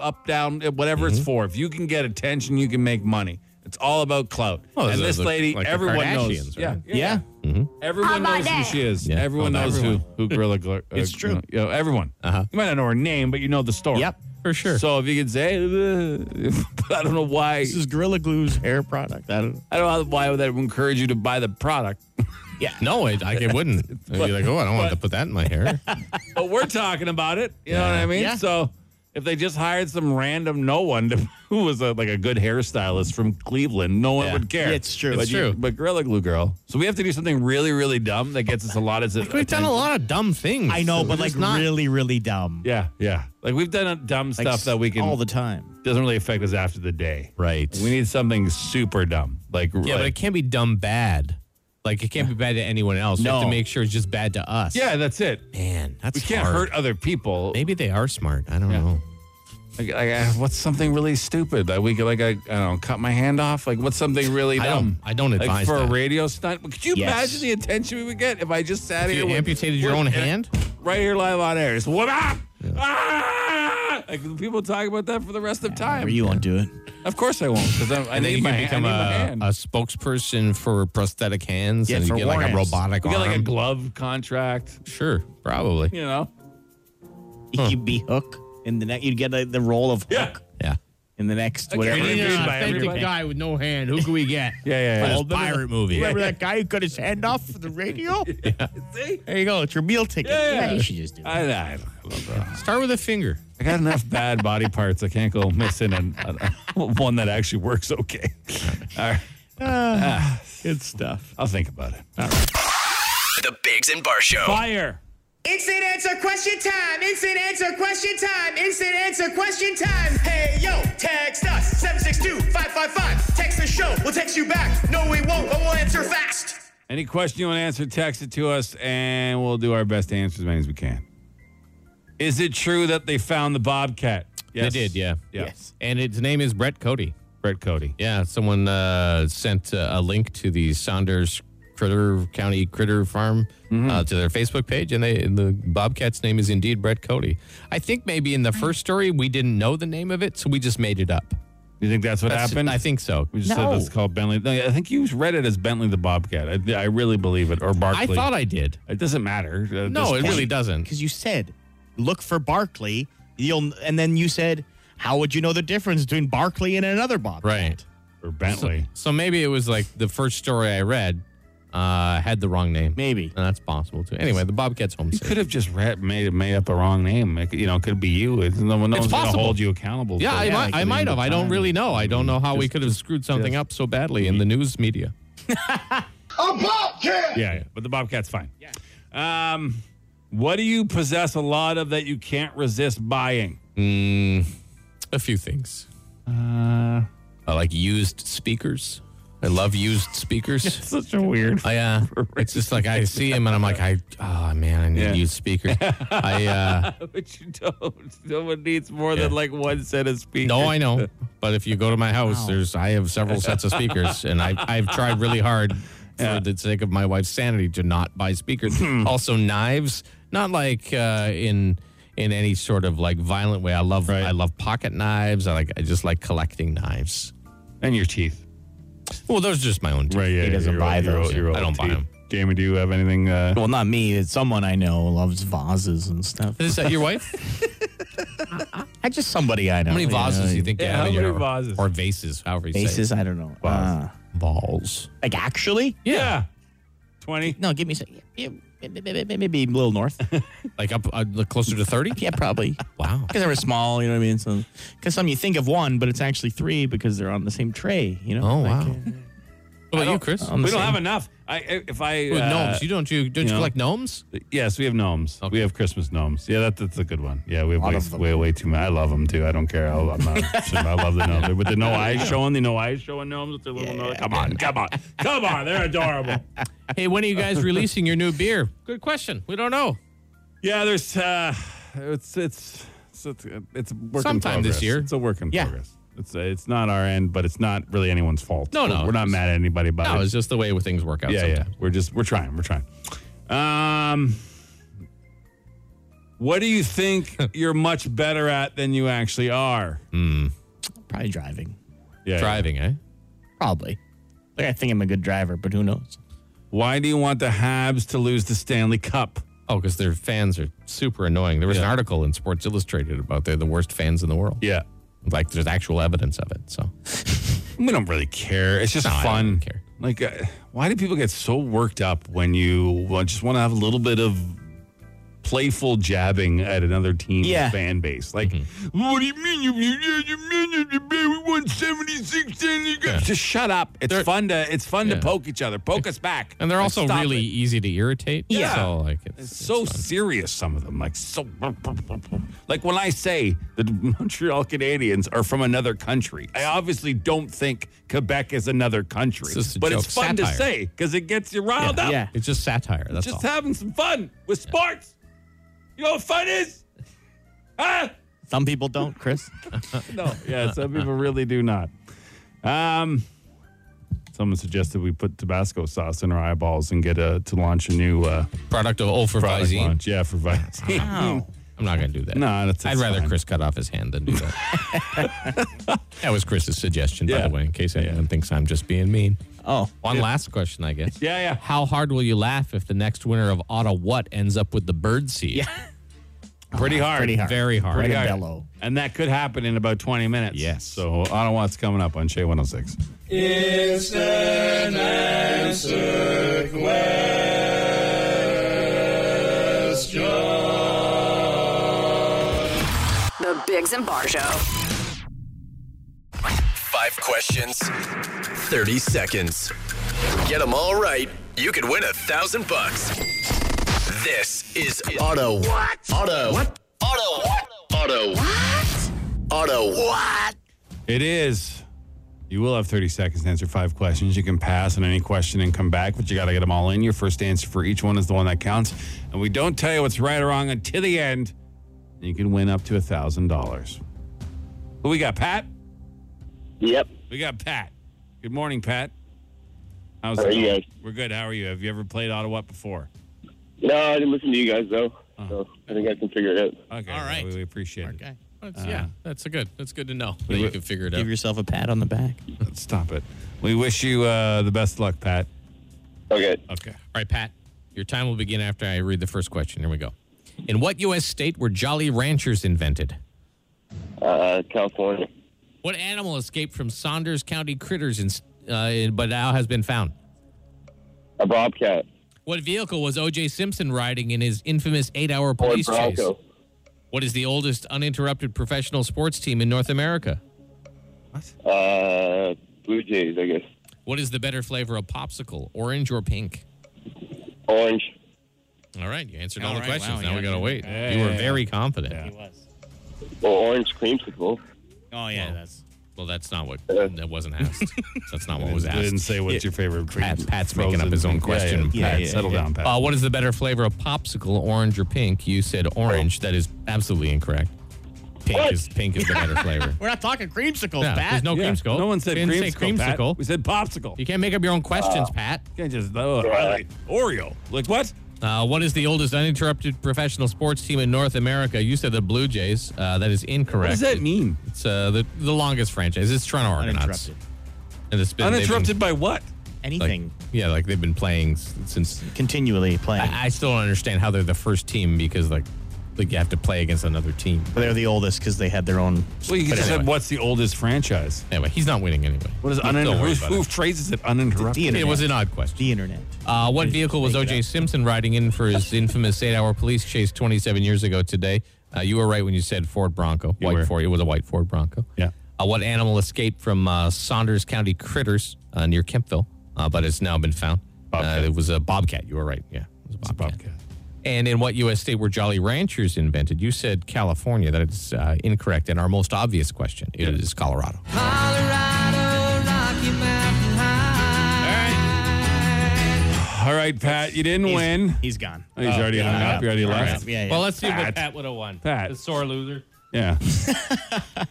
[SPEAKER 2] up, down, whatever it's for. If you can get attention, you can make money. It's all about clout.
[SPEAKER 3] Well,
[SPEAKER 2] and
[SPEAKER 3] the-
[SPEAKER 2] this
[SPEAKER 3] the-
[SPEAKER 2] lady,
[SPEAKER 3] like the
[SPEAKER 2] everyone knows.
[SPEAKER 3] Kardashians,
[SPEAKER 2] Yeah,
[SPEAKER 3] right?
[SPEAKER 2] yeah. Everyone knows who she is.
[SPEAKER 3] Yeah.
[SPEAKER 2] Everyone
[SPEAKER 3] Oh,
[SPEAKER 2] knows
[SPEAKER 3] everyone.
[SPEAKER 2] who who Gorilla. Gl- uh,
[SPEAKER 4] It's true.
[SPEAKER 2] You know, everyone. Uh-huh. You might not know her name, but you know the story.
[SPEAKER 4] Yep.
[SPEAKER 3] For sure.
[SPEAKER 2] So if you could say, "Ugh," but I don't know why.
[SPEAKER 4] This is Gorilla Glue's hair product. I don't.
[SPEAKER 2] I don't know why would that would encourage you to buy the product.
[SPEAKER 4] Yeah.
[SPEAKER 3] no, it, like, it wouldn't. I'd be like, oh, I don't want to put that in my hair.
[SPEAKER 2] But we're talking about it. You know what I mean?
[SPEAKER 4] Yeah.
[SPEAKER 2] So if they just hired some random no one to, who was a, like a good hairstylist from Cleveland, no one
[SPEAKER 3] Yeah.
[SPEAKER 2] would care.
[SPEAKER 4] Yeah, it's true.
[SPEAKER 2] But
[SPEAKER 4] It's
[SPEAKER 2] you-
[SPEAKER 3] true.
[SPEAKER 2] but Gorilla Glue Girl. So we have to do something really, really dumb that gets us a lot of.
[SPEAKER 3] We've done a lot of dumb things.
[SPEAKER 4] I know, but
[SPEAKER 3] We're
[SPEAKER 4] like
[SPEAKER 3] just not-
[SPEAKER 4] really, really dumb.
[SPEAKER 2] Yeah, yeah. Like we've done uh, dumb
[SPEAKER 4] Like,
[SPEAKER 2] stuff that we can
[SPEAKER 4] all the time.
[SPEAKER 2] doesn't really affect us after the day.
[SPEAKER 3] Right.
[SPEAKER 2] We need something super dumb. Like
[SPEAKER 3] yeah, but it
[SPEAKER 2] like-
[SPEAKER 3] can't be dumb bad. Like, it can't be bad to anyone else. We have to
[SPEAKER 4] No.
[SPEAKER 3] make sure it's just bad to us.
[SPEAKER 2] yeah, that's it.
[SPEAKER 3] Man, that's
[SPEAKER 2] We can't
[SPEAKER 3] hard.
[SPEAKER 2] hurt other people.
[SPEAKER 3] Maybe they are smart. I don't
[SPEAKER 2] Yeah.
[SPEAKER 3] know.
[SPEAKER 2] Like, like, uh, what's something really stupid? Like we could, like I, I don't know, cut my hand off. Like what's something really
[SPEAKER 3] I
[SPEAKER 2] dumb?
[SPEAKER 3] don't- I don't
[SPEAKER 2] like
[SPEAKER 3] advise
[SPEAKER 2] for a
[SPEAKER 3] that.
[SPEAKER 2] radio stunt. Could you
[SPEAKER 4] Yes.
[SPEAKER 2] imagine the attention we would get if I just sat
[SPEAKER 3] If
[SPEAKER 2] here?
[SPEAKER 3] you
[SPEAKER 2] with-
[SPEAKER 3] amputated your own
[SPEAKER 2] with-
[SPEAKER 3] hand?
[SPEAKER 2] right here live on air. Just what up? Ah! Like people talk about that for the rest of time.
[SPEAKER 4] Or you won't do it.
[SPEAKER 2] Of course I won't, because I, I
[SPEAKER 3] And then
[SPEAKER 2] need
[SPEAKER 3] you
[SPEAKER 2] my
[SPEAKER 3] can
[SPEAKER 2] hand. I
[SPEAKER 3] become
[SPEAKER 2] need my
[SPEAKER 3] a,
[SPEAKER 2] hand.
[SPEAKER 3] a spokesperson for prosthetic hands
[SPEAKER 4] Yeah,
[SPEAKER 3] and you
[SPEAKER 4] for
[SPEAKER 3] get like a
[SPEAKER 4] warrants.
[SPEAKER 3] robotic
[SPEAKER 2] we
[SPEAKER 3] arm.
[SPEAKER 2] got like a glove contract.
[SPEAKER 3] sure, probably.
[SPEAKER 2] You know.
[SPEAKER 4] You'd be hook in the next. You'd get like, the role of hook
[SPEAKER 2] Yeah.
[SPEAKER 3] Yeah.
[SPEAKER 4] in the next
[SPEAKER 2] Okay.
[SPEAKER 4] whatever.
[SPEAKER 2] We
[SPEAKER 4] it
[SPEAKER 2] need
[SPEAKER 4] is.
[SPEAKER 2] an Yeah, authentic everybody.
[SPEAKER 3] guy with no hand. Who can we get?
[SPEAKER 2] Yeah, yeah, yeah.
[SPEAKER 3] Old pirate movie.
[SPEAKER 4] that guy who cut his hand off for the radio?
[SPEAKER 2] See?
[SPEAKER 4] There you go. It's your meal ticket.
[SPEAKER 2] Yeah.
[SPEAKER 4] you should just do it.
[SPEAKER 2] I, I, don't know.
[SPEAKER 3] Start with a finger.
[SPEAKER 2] I got enough bad body parts. I can't go missing an, an- one that actually works okay. All right.
[SPEAKER 4] Ah,
[SPEAKER 2] Ah.
[SPEAKER 4] Good stuff.
[SPEAKER 2] I'll think about it.
[SPEAKER 5] The Biggs and Bar Show.
[SPEAKER 2] Fire.
[SPEAKER 7] Instant answer question time. Instant answer question time. Instant answer question time. Hey yo, text us 762-555. Text the show. We'll text you back. No, we won't, but we'll answer fast.
[SPEAKER 2] Any question you want answered, text it to us, and we'll do our best to answer as many as we can. Is it true that they found the Bobcat? Yes.
[SPEAKER 3] They did, yeah.
[SPEAKER 2] Yeah.
[SPEAKER 4] Yes.
[SPEAKER 3] And its name is Brett Cody.
[SPEAKER 2] Brett Cody.
[SPEAKER 3] Yeah, someone uh, sent uh, a link to the Saunders Critter County Critter Farm
[SPEAKER 2] Mm-hmm.
[SPEAKER 3] uh, to their Facebook page, and they and the bobcat's name is indeed Brett Cody. I think maybe in the first story we didn't know the name of it, so we just made it up.
[SPEAKER 2] You think that's what happened?
[SPEAKER 3] I think so.
[SPEAKER 2] We just said it's called Bentley. No, I think you read it as Bentley the Bobcat. I, I really believe it. Or
[SPEAKER 3] I
[SPEAKER 2] Barkley.
[SPEAKER 3] thought I did.
[SPEAKER 2] It doesn't matter. At
[SPEAKER 3] No,
[SPEAKER 2] this
[SPEAKER 3] it
[SPEAKER 2] point.
[SPEAKER 3] really doesn't.
[SPEAKER 4] Because you said, look for Barkley. You'll and then you said, how would you know the difference between Barkley and another Bob?
[SPEAKER 3] Right.
[SPEAKER 2] Or Bentley.
[SPEAKER 3] So maybe it was like the first story I read uh, had the wrong name.
[SPEAKER 4] Maybe.
[SPEAKER 3] And that's possible too. Anyway, the bobcat's home
[SPEAKER 2] You
[SPEAKER 3] safe.
[SPEAKER 2] could have just read, made made up a wrong name. It, could- you know, it could be you. It's, no one no
[SPEAKER 3] It's
[SPEAKER 2] one's going to
[SPEAKER 3] possible.
[SPEAKER 2] hold you accountable.
[SPEAKER 3] Yeah,
[SPEAKER 2] for
[SPEAKER 3] I
[SPEAKER 2] that.
[SPEAKER 3] might, I
[SPEAKER 2] Like,
[SPEAKER 3] might
[SPEAKER 2] in
[SPEAKER 3] have. I don't
[SPEAKER 2] time.
[SPEAKER 3] really know. I don't know how we
[SPEAKER 2] Just-
[SPEAKER 3] could have screwed something
[SPEAKER 2] just-
[SPEAKER 3] up so badly in the news media.
[SPEAKER 2] Yeah, yeah, but the Bobcat's fine. Yeah. Um, what do you possess a lot of that you can't resist buying?
[SPEAKER 3] A few things. Uh, like used speakers. I love used speakers.
[SPEAKER 2] Such a weird.
[SPEAKER 3] I uh, it's just like I see them and I'm like, I oh man, I need
[SPEAKER 2] Yeah.
[SPEAKER 3] used speakers. I uh,
[SPEAKER 2] But you don't. No one needs more than
[SPEAKER 3] Yeah.
[SPEAKER 2] like one set of speakers.
[SPEAKER 3] no, I know, but if you go to my house, there's I have several sets of speakers, and I I've tried really hard for the sake of my wife's sanity to not buy speakers.
[SPEAKER 2] Hmm.
[SPEAKER 3] also knives, not like uh, in in any sort of like violent way. I love
[SPEAKER 2] Right.
[SPEAKER 3] I love pocket knives. I like I just like collecting knives.
[SPEAKER 2] And your teeth.
[SPEAKER 3] Well, those are just my own.
[SPEAKER 2] Right. Yeah.
[SPEAKER 4] He doesn't
[SPEAKER 2] your
[SPEAKER 4] buy
[SPEAKER 2] old- your
[SPEAKER 4] those.
[SPEAKER 2] old- your
[SPEAKER 3] I
[SPEAKER 2] old
[SPEAKER 3] don't buy
[SPEAKER 2] teeth.
[SPEAKER 3] them.
[SPEAKER 2] Jamie, do you have anything? Uh,
[SPEAKER 4] Well, not me. It's someone I know loves vases and stuff.
[SPEAKER 3] Is that your wife?
[SPEAKER 4] I just somebody I know.
[SPEAKER 3] How many vases do you think
[SPEAKER 2] Yeah,
[SPEAKER 3] you have
[SPEAKER 2] how
[SPEAKER 3] in your
[SPEAKER 2] many vases?
[SPEAKER 3] Or vases, however you say
[SPEAKER 4] Vases? I don't know. Uh,
[SPEAKER 3] it. Balls.
[SPEAKER 4] like actually?
[SPEAKER 2] yeah. Twenty.
[SPEAKER 4] No, give me some. yeah, Maybe, maybe a little north.
[SPEAKER 3] Like up uh, closer to 30?
[SPEAKER 4] yeah, probably.
[SPEAKER 3] Wow.
[SPEAKER 4] Because they were small, you know what I mean? So, because some you think of one, but it's actually three because they're on the same tray, you know?
[SPEAKER 3] Oh,
[SPEAKER 4] Like,
[SPEAKER 3] wow.
[SPEAKER 4] uh,
[SPEAKER 3] What about you, Chris?
[SPEAKER 4] Um,
[SPEAKER 2] we
[SPEAKER 4] the
[SPEAKER 2] don't
[SPEAKER 4] same.
[SPEAKER 2] have enough. I I- if I
[SPEAKER 3] With
[SPEAKER 2] uh,
[SPEAKER 3] gnomes. You don't you
[SPEAKER 2] you
[SPEAKER 3] don't you,
[SPEAKER 2] know.
[SPEAKER 3] collect gnomes?
[SPEAKER 2] Yes, we have gnomes. We have Christmas gnomes. Yeah, that, that's a good one. Yeah, we have way,
[SPEAKER 4] of them.
[SPEAKER 2] way, way too many. I love them too. I don't care. I'll, I'm not, sure. I love the gnomes. With the no eyes showing, the no eyes showing gnomes with their little nose. Come on, come on, come on. They're adorable.
[SPEAKER 3] Hey, when are you guys releasing your new beer? Good question. We don't know.
[SPEAKER 2] Yeah, there's uh, it's it's it's it's a it's a work in
[SPEAKER 3] Sometime this
[SPEAKER 2] progress.
[SPEAKER 3] year.
[SPEAKER 2] It's a work in
[SPEAKER 4] Yeah.
[SPEAKER 2] progress. It's it's not our end, but it's not really anyone's fault.
[SPEAKER 3] No, no.
[SPEAKER 2] we're, we're not mad at anybody about
[SPEAKER 3] No,
[SPEAKER 2] it.
[SPEAKER 3] it's just the way things work out.
[SPEAKER 2] yeah,
[SPEAKER 3] sometimes.
[SPEAKER 2] yeah. We're just we're trying. We're trying. Um, what do you think you're much better at than you actually are?
[SPEAKER 4] Probably driving.
[SPEAKER 2] Yeah,
[SPEAKER 3] Driving, eh?
[SPEAKER 4] Probably. Like I think I'm a good driver, but who knows?
[SPEAKER 2] Why do you want the Habs to lose the Stanley Cup?
[SPEAKER 3] Oh, because their fans are super annoying. There was an
[SPEAKER 2] Yeah.
[SPEAKER 3] article in Sports Illustrated about they're the worst fans in the world.
[SPEAKER 2] Yeah,
[SPEAKER 3] Like there's actual evidence of it. So
[SPEAKER 2] we don't really care. It's just
[SPEAKER 3] No, I
[SPEAKER 2] fun.
[SPEAKER 3] don't care.
[SPEAKER 2] Like, uh, why do people get so worked up when you uh, just want to have a little bit of playful jabbing at another team's
[SPEAKER 4] Yeah.
[SPEAKER 2] fan base? Like,
[SPEAKER 3] Mm-hmm.
[SPEAKER 2] what do you mean? You, you, you, you mean you, you, we won 76 Stanley Cups." Just shut up. It's fun to it's fun
[SPEAKER 3] Yeah.
[SPEAKER 2] to poke each other. Poke us back.
[SPEAKER 3] and they're
[SPEAKER 2] Like,
[SPEAKER 3] also
[SPEAKER 2] stop
[SPEAKER 3] really
[SPEAKER 2] it.
[SPEAKER 3] easy to irritate.
[SPEAKER 2] Yeah.
[SPEAKER 3] So like it's,
[SPEAKER 2] It's so serious, some of them. Like so, like when I say the Montreal Canadiens are from another country, I obviously don't think Quebec is another country,
[SPEAKER 3] It's just a
[SPEAKER 2] but
[SPEAKER 3] joke.
[SPEAKER 2] it's fun to
[SPEAKER 3] Satire.
[SPEAKER 2] say because it gets you riled up.
[SPEAKER 4] yeah.
[SPEAKER 3] it's just satire. That's
[SPEAKER 2] Just
[SPEAKER 3] all.
[SPEAKER 2] having some fun with sports. You know what fun is? Huh?
[SPEAKER 4] Some people don't, Chris.
[SPEAKER 2] No, yeah, some people really do not. Um, someone suggested we put Tabasco sauce in our eyeballs and get a to launch a new uh,
[SPEAKER 3] Product of old for
[SPEAKER 2] product
[SPEAKER 3] Visine.
[SPEAKER 2] launch. Yeah, for Visine.
[SPEAKER 3] I'm not gonna do that.
[SPEAKER 2] No, that's,
[SPEAKER 3] I'd
[SPEAKER 2] it's
[SPEAKER 3] rather
[SPEAKER 2] fine.
[SPEAKER 3] Chris cut off his hand than do that. that was Chris's suggestion, by
[SPEAKER 2] Yeah.
[SPEAKER 3] the way, in case anyone thinks I'm just being mean.
[SPEAKER 4] Oh.
[SPEAKER 3] One last question, I guess.
[SPEAKER 2] Yeah, yeah.
[SPEAKER 3] How hard will you laugh if the next winner of Ottawa what ends up with the bird seed? Yeah.
[SPEAKER 2] Pretty hard.
[SPEAKER 4] Pretty hard.
[SPEAKER 3] Very hard.
[SPEAKER 4] Pretty hard. Bellow.
[SPEAKER 2] And that could happen in about 20 minutes.
[SPEAKER 3] Yes.
[SPEAKER 2] So Ottawa's coming up on Shea 106.
[SPEAKER 1] The Bigs and Bar Show.
[SPEAKER 5] Five questions, 30 seconds. Get them all right, you could win a thousand bucks. This is Auto What? Auto What? Auto What? Auto What? Auto What?
[SPEAKER 2] It is. You will have 30 seconds to answer five questions. You can pass on any question and come back, but you got to get them all in. Your first answer for each one is the one that counts. And we don't tell you what's right or wrong until the end. And you can win up to $1,000. Who we got, Pat?
[SPEAKER 8] Yep.
[SPEAKER 2] We got Pat. Good morning, Pat. How's
[SPEAKER 8] How
[SPEAKER 2] it
[SPEAKER 8] are you
[SPEAKER 2] going?
[SPEAKER 8] guys?
[SPEAKER 2] We're good. How are you? Have you ever played Ottawa before?
[SPEAKER 8] No, I didn't listen to you guys though, so I think I can figure it out.
[SPEAKER 2] Okay.
[SPEAKER 3] All right.
[SPEAKER 2] We, we appreciate it.
[SPEAKER 3] Okay. yeah, that's a good. That's good to know. That you
[SPEAKER 2] would-
[SPEAKER 3] can figure it out.
[SPEAKER 4] Give yourself a pat on the back.
[SPEAKER 2] Stop it. We wish you uh, the best luck, Pat.
[SPEAKER 8] Okay.
[SPEAKER 2] Okay.
[SPEAKER 3] All right, Pat, your time will begin after I read the first question. Here we go. In what U.S. state were Jolly Ranchers invented?
[SPEAKER 8] Uh, California.
[SPEAKER 3] What animal escaped from Saunders County critters in, uh, in- but now has been found?
[SPEAKER 8] A bobcat.
[SPEAKER 3] What vehicle was O.J. Simpson riding in his infamous eight-hour
[SPEAKER 8] Ford
[SPEAKER 3] police chase?
[SPEAKER 8] Bronco.
[SPEAKER 3] What is the oldest uninterrupted professional sports team in North America?
[SPEAKER 8] Uh, Blue Jays, I guess.
[SPEAKER 3] What is the better flavor of popsicle, orange or pink?
[SPEAKER 8] Orange.
[SPEAKER 3] All right, you answered all,
[SPEAKER 4] All
[SPEAKER 3] the
[SPEAKER 4] right,
[SPEAKER 3] questions.
[SPEAKER 4] wow,
[SPEAKER 3] now
[SPEAKER 4] yeah.
[SPEAKER 3] we gotta wait. you were
[SPEAKER 2] yeah,
[SPEAKER 3] very confident.
[SPEAKER 8] Well, orange creamsicle.
[SPEAKER 4] Oh yeah,
[SPEAKER 3] Well,
[SPEAKER 4] that's
[SPEAKER 3] Well, that's not what that wasn't asked. that's not what was
[SPEAKER 2] I didn't
[SPEAKER 3] asked.
[SPEAKER 2] say what's your favorite.
[SPEAKER 3] Pat-
[SPEAKER 2] cream-
[SPEAKER 3] Pat's making up his own
[SPEAKER 2] Yeah,
[SPEAKER 3] question.
[SPEAKER 2] Oh, yeah. Pat,
[SPEAKER 4] Yeah, yeah,
[SPEAKER 2] settle
[SPEAKER 4] yeah.
[SPEAKER 2] down, Pat.
[SPEAKER 3] Uh, what is the better flavor of popsicle, orange or pink? You said orange. That is absolutely incorrect. Pink
[SPEAKER 8] What?
[SPEAKER 3] is pink is the better flavor.
[SPEAKER 4] we're not talking creamsicles,
[SPEAKER 3] Yeah,
[SPEAKER 4] Pat.
[SPEAKER 3] there's no
[SPEAKER 2] Yeah.
[SPEAKER 3] creamsicle.
[SPEAKER 2] No one said
[SPEAKER 3] Didn't say
[SPEAKER 2] creamsicle. Pat.
[SPEAKER 3] creamsicle.
[SPEAKER 2] We said popsicle.
[SPEAKER 3] You
[SPEAKER 2] You
[SPEAKER 3] can't make up your own questions,
[SPEAKER 8] Uh,
[SPEAKER 3] Pat.
[SPEAKER 2] can't just oh, highlight Oreo. Like what?
[SPEAKER 3] Uh, what is the oldest uninterrupted professional sports team in North America? You said the Blue Jays. Uh, that is incorrect.
[SPEAKER 2] What does that mean?
[SPEAKER 3] It's uh, the, the longest franchise. It's Toronto Argonauts.
[SPEAKER 4] Uninterrupted.
[SPEAKER 3] And it's been, they've been-
[SPEAKER 2] Uninterrupted by what?
[SPEAKER 3] like-
[SPEAKER 4] Anything
[SPEAKER 3] yeah, like they've been playing s- since.
[SPEAKER 4] continually playing.
[SPEAKER 3] I, I still don't understand how they're the first team because like, like you have to play against another team.
[SPEAKER 4] They're the oldest because they had their own.
[SPEAKER 2] Well, you
[SPEAKER 4] But
[SPEAKER 2] just
[SPEAKER 4] anyway,
[SPEAKER 2] said what's the oldest franchise?
[SPEAKER 3] Anyway, he's not winning anyway.
[SPEAKER 2] What is
[SPEAKER 3] Don't worry
[SPEAKER 2] uninterrupted?
[SPEAKER 3] about
[SPEAKER 2] Who
[SPEAKER 3] it.
[SPEAKER 2] phrases it uninterrupted?
[SPEAKER 4] The internet.
[SPEAKER 3] It was an odd question.
[SPEAKER 4] the internet.
[SPEAKER 3] Uh, what vehicle was
[SPEAKER 4] Make it
[SPEAKER 3] O.J.
[SPEAKER 4] up.
[SPEAKER 3] Simpson riding in for his infamous eight-hour police chase 27 years ago today? Uh, you were right when you said Ford Bronco.
[SPEAKER 2] You
[SPEAKER 3] white
[SPEAKER 2] were.
[SPEAKER 3] Ford. It was a white Ford Bronco.
[SPEAKER 2] Yeah.
[SPEAKER 3] Uh, what animal escaped from uh, Saunders County Critters uh, near Kempville? uh, but it's now been found. Uh, it was a bobcat. You were right. Yeah, it was a bobcat. And in what U.S. state were Jolly Ranchers invented? You said California. That is uh, incorrect. And our most obvious question it is Colorado.
[SPEAKER 2] All right, Pat, you didn't win.
[SPEAKER 4] He's gone.
[SPEAKER 2] Oh, he's already hung up. He already
[SPEAKER 4] All
[SPEAKER 2] left.
[SPEAKER 4] right. Yeah, yeah.
[SPEAKER 3] Well, let's see what
[SPEAKER 2] Pat.
[SPEAKER 3] Pat would have won.
[SPEAKER 2] Pat.
[SPEAKER 3] the sore loser.
[SPEAKER 2] Yeah.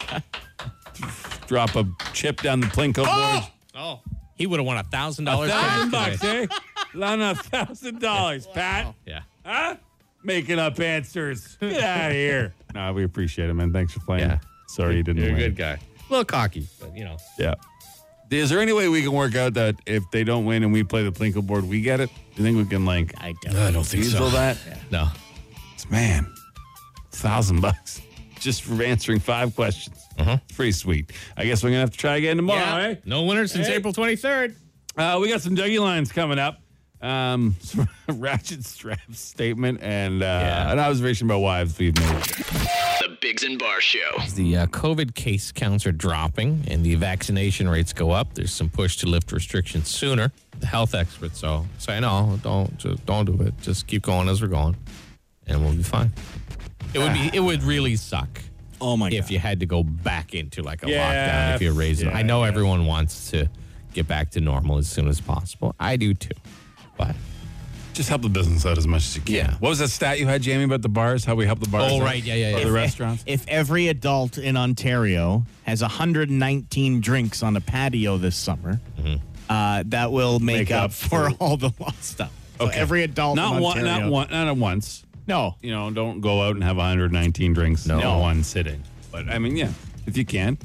[SPEAKER 2] Drop a chip down the plinko board.
[SPEAKER 3] Oh, he would have won a thousand dollars.
[SPEAKER 2] Thousand
[SPEAKER 3] back
[SPEAKER 2] bucks,
[SPEAKER 3] today.
[SPEAKER 2] eh? Down a thousand dollars, Pat.
[SPEAKER 3] Yeah.
[SPEAKER 2] Making up answers. Get out of here. no, we appreciate it, man. Thanks for playing.
[SPEAKER 3] Yeah.
[SPEAKER 2] Sorry you didn't
[SPEAKER 3] You're a
[SPEAKER 2] win.
[SPEAKER 3] good guy. A little cocky, but you know.
[SPEAKER 2] Yeah. Is there any way we can work out that if they don't win and we play the plinko board, we get it? Do you think we can like
[SPEAKER 4] I don't. I don't
[SPEAKER 2] think so. that?
[SPEAKER 3] No.
[SPEAKER 2] It's- Man, thousand bucks just for answering five questions. It's Pretty sweet. I guess we're gonna have to try again tomorrow. eh?
[SPEAKER 3] No winner since April 23rd.
[SPEAKER 2] Uh, we got some Dougie lines coming up. Um, some ratchet strap statement and uh, an observation about wives we've made.
[SPEAKER 5] The Biggs and Bar Show.
[SPEAKER 3] The uh, COVID case counts are dropping and the vaccination rates go up. There's some push to lift restrictions sooner. The health experts are saying, "No, don't, just don't do it. Just keep going as we're going, and we'll be fine." It would be. It would really suck
[SPEAKER 4] Oh my
[SPEAKER 3] if
[SPEAKER 4] god.
[SPEAKER 3] you had to go back into like a
[SPEAKER 2] Yeah.
[SPEAKER 3] lockdown if you're raising. I know everyone wants to get back to normal as soon as possible. I do too, but
[SPEAKER 2] Just help the business out as much as you can.
[SPEAKER 3] Yeah.
[SPEAKER 2] What was that stat you had, Jamie, about the bars? How we help the bars?
[SPEAKER 3] Oh,
[SPEAKER 2] out?
[SPEAKER 3] right. Yeah, yeah,
[SPEAKER 2] Or
[SPEAKER 3] yeah.
[SPEAKER 2] The restaurants.
[SPEAKER 4] If every adult in Ontario has 119 drinks on a patio this summer, uh, that will make,
[SPEAKER 2] Mm-hmm. Make
[SPEAKER 4] up,
[SPEAKER 2] up
[SPEAKER 4] for
[SPEAKER 2] for-
[SPEAKER 4] all the lost stuff. So every adult
[SPEAKER 2] Not
[SPEAKER 4] in
[SPEAKER 2] one. Not
[SPEAKER 4] Ontario-
[SPEAKER 2] one. Not at once.
[SPEAKER 4] No.
[SPEAKER 2] you know, don't go out and have 119 drinks in
[SPEAKER 3] No.
[SPEAKER 2] one sitting. But I mean, yeah, if you can,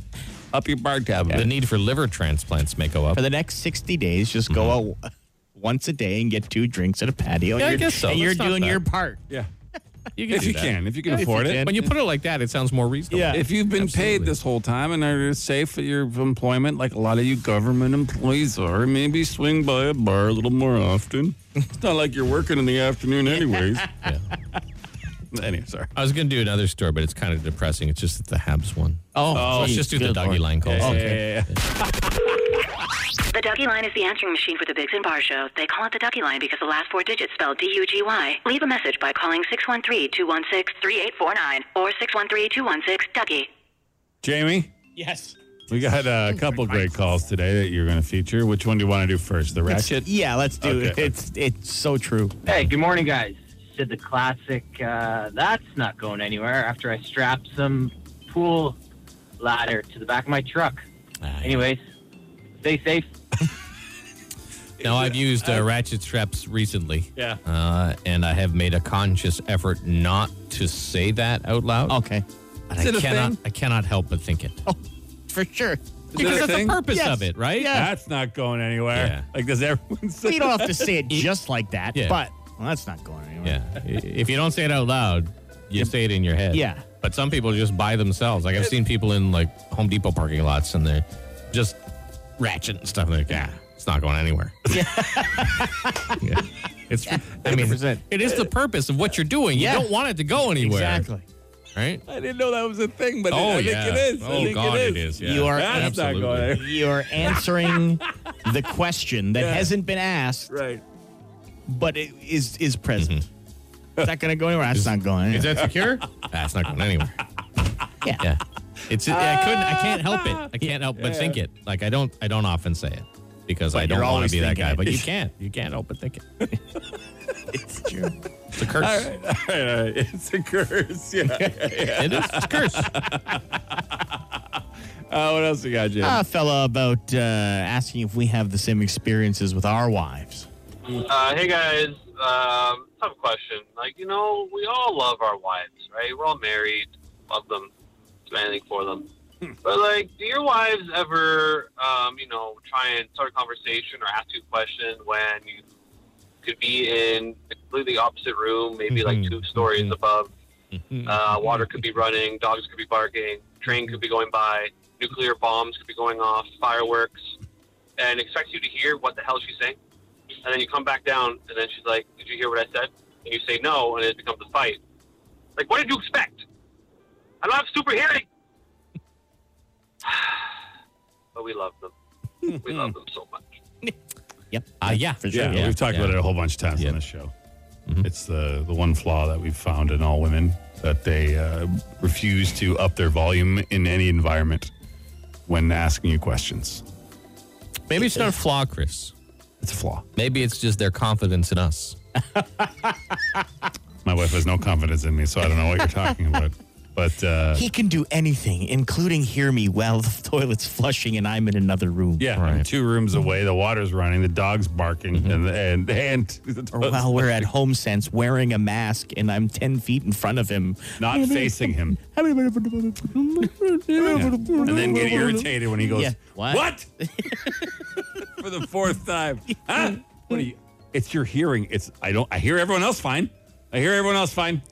[SPEAKER 2] up your bar tab.
[SPEAKER 3] the need for liver transplants may go up.
[SPEAKER 4] For the next 60 days, just go
[SPEAKER 3] Mm-hmm.
[SPEAKER 4] out once a day and get two drinks at a patio.
[SPEAKER 3] Yeah, I
[SPEAKER 4] and you're,
[SPEAKER 3] guess so.
[SPEAKER 4] and you're
[SPEAKER 3] That's not
[SPEAKER 4] doing
[SPEAKER 3] bad.
[SPEAKER 4] your part.
[SPEAKER 2] Yeah,
[SPEAKER 3] You
[SPEAKER 2] if
[SPEAKER 3] do
[SPEAKER 2] you
[SPEAKER 3] that.
[SPEAKER 2] can, if you can
[SPEAKER 3] If
[SPEAKER 2] afford
[SPEAKER 3] you
[SPEAKER 2] it.
[SPEAKER 3] can. When you put it like that, it sounds more reasonable.
[SPEAKER 4] Yeah.
[SPEAKER 2] If you've been paid
[SPEAKER 3] Absolutely.
[SPEAKER 2] this whole time and are safe at your employment, like a lot of you government employees are, maybe swing by a bar a little more often. it's not like you're working in the afternoon, anyways. anyway, sorry.
[SPEAKER 3] I was going to do another story, but it's kind of depressing. It's just that the Habs one. Oh, let's just do the
[SPEAKER 4] good
[SPEAKER 3] Dougie
[SPEAKER 4] lord.
[SPEAKER 3] line calls.
[SPEAKER 2] Yeah, yeah,
[SPEAKER 1] The Ducky Line is the answering machine for the Biggs and Bar Show. They call it the Ducky Line because the last four digits spell D-U-G-Y. Leave a message by calling 613-216-3849 or 613-216-DUCKY.
[SPEAKER 2] Jamie,
[SPEAKER 4] Yes.
[SPEAKER 2] we got uh, a couple great calls today that you're going to feature. Which one do you want to do first? The ratchet?
[SPEAKER 4] Yeah, let's do it.
[SPEAKER 2] Okay.
[SPEAKER 4] It's, it's so true.
[SPEAKER 9] Hey, good morning, guys. Did the classic, uh, that's not going anywhere after I strapped some pool ladder to the back of my truck.
[SPEAKER 3] Ah, yeah.
[SPEAKER 9] Anyways, stay safe.
[SPEAKER 3] Now, I've used uh, ratchet straps recently.
[SPEAKER 2] Yeah.
[SPEAKER 3] Uh, and I have made a conscious effort not to say that out loud.
[SPEAKER 4] Okay.
[SPEAKER 3] And
[SPEAKER 2] Oh, Is it
[SPEAKER 3] I
[SPEAKER 2] a
[SPEAKER 3] cannot.
[SPEAKER 2] thing? Oh,
[SPEAKER 3] I cannot help but think it
[SPEAKER 4] For sure.
[SPEAKER 3] because
[SPEAKER 2] a
[SPEAKER 3] that's
[SPEAKER 2] thing?
[SPEAKER 3] the purpose
[SPEAKER 4] Yes.
[SPEAKER 3] of it, right?
[SPEAKER 2] That's not going anywhere.
[SPEAKER 3] Yeah.
[SPEAKER 2] Like, does everyone say
[SPEAKER 4] You don't have to say it just like that,
[SPEAKER 3] Yeah.
[SPEAKER 4] but well, that's not going anywhere.
[SPEAKER 3] Yeah. I- If you don't say it out loud, you say it in your head.
[SPEAKER 4] Yeah.
[SPEAKER 3] But some people just by themselves. Like I've seen people in like Home Depot parking lots and they're just ratchet and stuff. Like, yeah, it's not going anywhere. Yeah. It's, I mean,
[SPEAKER 4] 100%.
[SPEAKER 3] it is the purpose of what you're doing. You
[SPEAKER 4] Yeah.
[SPEAKER 3] don't want it to go anywhere.
[SPEAKER 4] Exactly.
[SPEAKER 3] Right?
[SPEAKER 2] I didn't know that was a thing, but
[SPEAKER 3] Oh,
[SPEAKER 2] I
[SPEAKER 3] yeah.
[SPEAKER 2] think it is. I
[SPEAKER 3] Oh,
[SPEAKER 2] think
[SPEAKER 3] God,
[SPEAKER 2] it is.
[SPEAKER 3] Yeah.
[SPEAKER 4] You are
[SPEAKER 2] That's
[SPEAKER 3] Absolutely.
[SPEAKER 2] not going anywhere.
[SPEAKER 4] You're answering the question that hasn't been asked,
[SPEAKER 2] Right.
[SPEAKER 4] but it is is present. It's not going to go anywhere. That's not going anywhere.
[SPEAKER 3] Mm-hmm. Is that secure? That's not going anywhere.
[SPEAKER 4] Yeah.
[SPEAKER 3] Yeah. It's I couldn't I can't help it. I can't help but think it. Like I don't I don't often say it because I don't
[SPEAKER 4] you're
[SPEAKER 3] want
[SPEAKER 4] always
[SPEAKER 3] to be that
[SPEAKER 4] thinking
[SPEAKER 3] guy.
[SPEAKER 4] it.
[SPEAKER 3] But you can't. You can't help but think it.
[SPEAKER 4] It's true.
[SPEAKER 3] It's a curse.
[SPEAKER 2] All right, all right. It's a curse. Yeah.
[SPEAKER 3] It is. It's a curse.
[SPEAKER 2] Uh, what else you got, Jim?
[SPEAKER 4] Ah, fella about uh, asking if we have the same experiences with our wives.
[SPEAKER 10] Uh, hey guys, um, tough question. Like you know, we all love our wives, right? We're all married, love them, do anything for them. But like, do your wives ever, um, you know, try and start a conversation or ask you a question when you could be in the completely opposite room, maybe like
[SPEAKER 3] Mhm,
[SPEAKER 10] two stories
[SPEAKER 3] mhm.
[SPEAKER 10] above? Uh, water could be running, dogs could be barking, train could be going by, nuclear bombs could be going off, fireworks, and expects you to hear what the hell she's saying. And then you come back down, and then she's like, "Did you hear what I said?" And you say no, and it becomes a fight. Like, what did you expect? I don't have super hearing. but we love them. We love them so much.
[SPEAKER 4] Yep.
[SPEAKER 3] Uh, yeah.
[SPEAKER 4] For sure.
[SPEAKER 2] Yeah,
[SPEAKER 4] Yeah.
[SPEAKER 2] we've talked about it a whole bunch of times on this show. It's the the one flaw that we've found in all women that they uh, refuse to up their volume in any environment when asking you questions.
[SPEAKER 3] Maybe it's not a flaw, Chris.
[SPEAKER 2] It's a flaw.
[SPEAKER 3] Maybe it's just their confidence in us.
[SPEAKER 2] My wife has no confidence in me, so I don't know what you're talking about. But uh,
[SPEAKER 4] He can do anything, including hear me while the toilet's flushing and I'm in another room.
[SPEAKER 2] yeah, I'm two rooms away, the water's running, the dog's barking, and and and
[SPEAKER 4] Or while we're at home sense wearing a mask and I'm 10 feet in front of him.
[SPEAKER 2] not facing him, and then get irritated when he goes,
[SPEAKER 4] Yeah.
[SPEAKER 2] "What?" For the fourth time, huh? What are you? It's your hearing. It's I don't. I hear everyone else fine. I hear everyone else fine.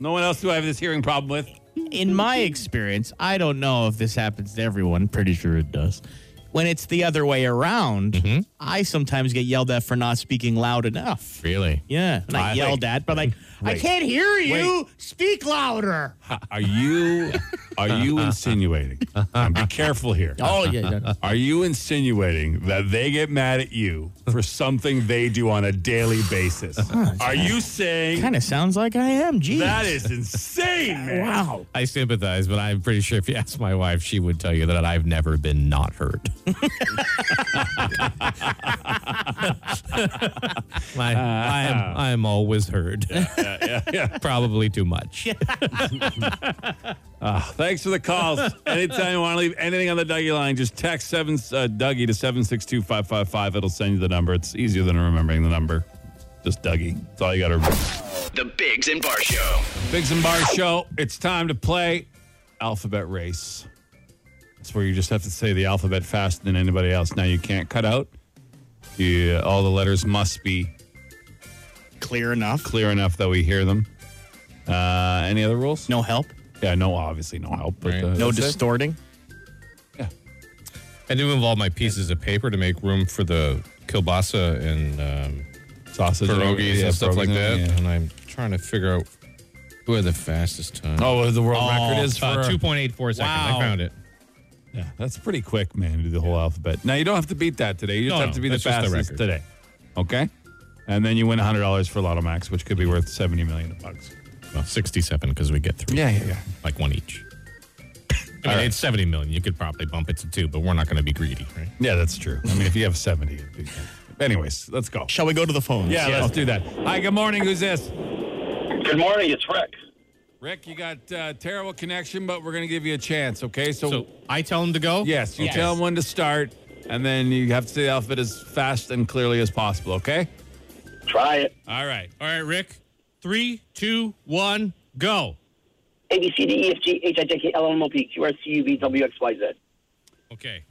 [SPEAKER 2] No one else do I have this hearing problem with.
[SPEAKER 4] in my experience, I don't know if this happens to everyone. Pretty sure it does. When it's the other way around, I sometimes get yelled at for not speaking loud enough.
[SPEAKER 3] Really?
[SPEAKER 4] Yeah, not
[SPEAKER 2] I-
[SPEAKER 4] yelled at, but like, I
[SPEAKER 2] Wait.
[SPEAKER 4] can't hear you. Speak louder.
[SPEAKER 2] Are you? Are you insinuating? Um, be careful here.
[SPEAKER 4] Oh yeah, yeah.
[SPEAKER 2] Are you insinuating that they get mad at you for something they do on a daily basis? Are you saying
[SPEAKER 4] kind of sounds like I am. Jeez,
[SPEAKER 2] that is insane, man?
[SPEAKER 4] wow.
[SPEAKER 3] I sympathize, but I'm pretty sure if you ask my wife, she would tell you that I've never been not heard. my,
[SPEAKER 2] Ah.
[SPEAKER 3] I am, I'm always heard. Probably too much.
[SPEAKER 2] Thanks for the calls. Anytime you want to leave anything on the Dougie line, just text seven uh, Dougie to seven six two five five five. It'll send you the number. It's easier than remembering the number. Just Dougie. That's all you got to remember.
[SPEAKER 5] The Bigs and Bar Show.
[SPEAKER 2] Biggs and Bar Show. It's time to play Alphabet Race. It's where you just have to say the alphabet faster than anybody else. Now you can't cut out. You, all the letters must be
[SPEAKER 4] Clear enough.
[SPEAKER 2] clear enough that we hear them. Uh, any other rules?
[SPEAKER 4] No help.
[SPEAKER 2] Yeah, no. Obviously, no help. But, uh,
[SPEAKER 4] No
[SPEAKER 2] that's it.
[SPEAKER 4] distorting.
[SPEAKER 3] I do involve my pieces of paper to make room for the kielbasa and um,
[SPEAKER 2] sausage
[SPEAKER 3] pierogies
[SPEAKER 2] yeah,
[SPEAKER 3] and stuff like
[SPEAKER 2] pierogies,
[SPEAKER 3] that.
[SPEAKER 2] yeah.
[SPEAKER 3] And I'm trying to figure out who had the fastest time.
[SPEAKER 2] Oh, well, the world record is for
[SPEAKER 3] uh, 2.84 seconds.
[SPEAKER 2] Wow.
[SPEAKER 3] I found it.
[SPEAKER 2] Yeah, that's pretty quick, man. To do the whole alphabet. Now you don't have to beat that today. You just
[SPEAKER 3] No,
[SPEAKER 2] have
[SPEAKER 3] no,
[SPEAKER 2] to be the
[SPEAKER 3] that's just the
[SPEAKER 2] fastest
[SPEAKER 3] record.
[SPEAKER 2] today. Okay, and then you win hundred dollars for Lotto Max, which could be worth seventy million bucks.
[SPEAKER 3] Well, 67 because we get three.
[SPEAKER 2] Yeah, yeah, yeah.
[SPEAKER 3] Like one each. I mean, it's 70 million. You could probably bump it to two, but we're not going to be greedy, right?
[SPEAKER 2] Yeah, that's true. I mean, if you have seventy, it'd be anyways, let's go.
[SPEAKER 4] Shall we go to the phones?
[SPEAKER 2] Yeah, let's do that. Hi, good morning. Who's this?
[SPEAKER 10] Good morning, it's Rick.
[SPEAKER 2] Rick, you got uh, terrible connection, but we're gonna give you a chance. Okay, so,
[SPEAKER 3] So I tell him to go?
[SPEAKER 2] yes, you tell them when to start, and then you have to say the alphabet as fast and clearly as possible. Okay.
[SPEAKER 10] Try it.
[SPEAKER 2] All right.
[SPEAKER 3] All right, Rick. Three, two, one, go.
[SPEAKER 11] A B C D E F G H I J K L M O P Q R C U V W X Y Z.
[SPEAKER 3] Okay.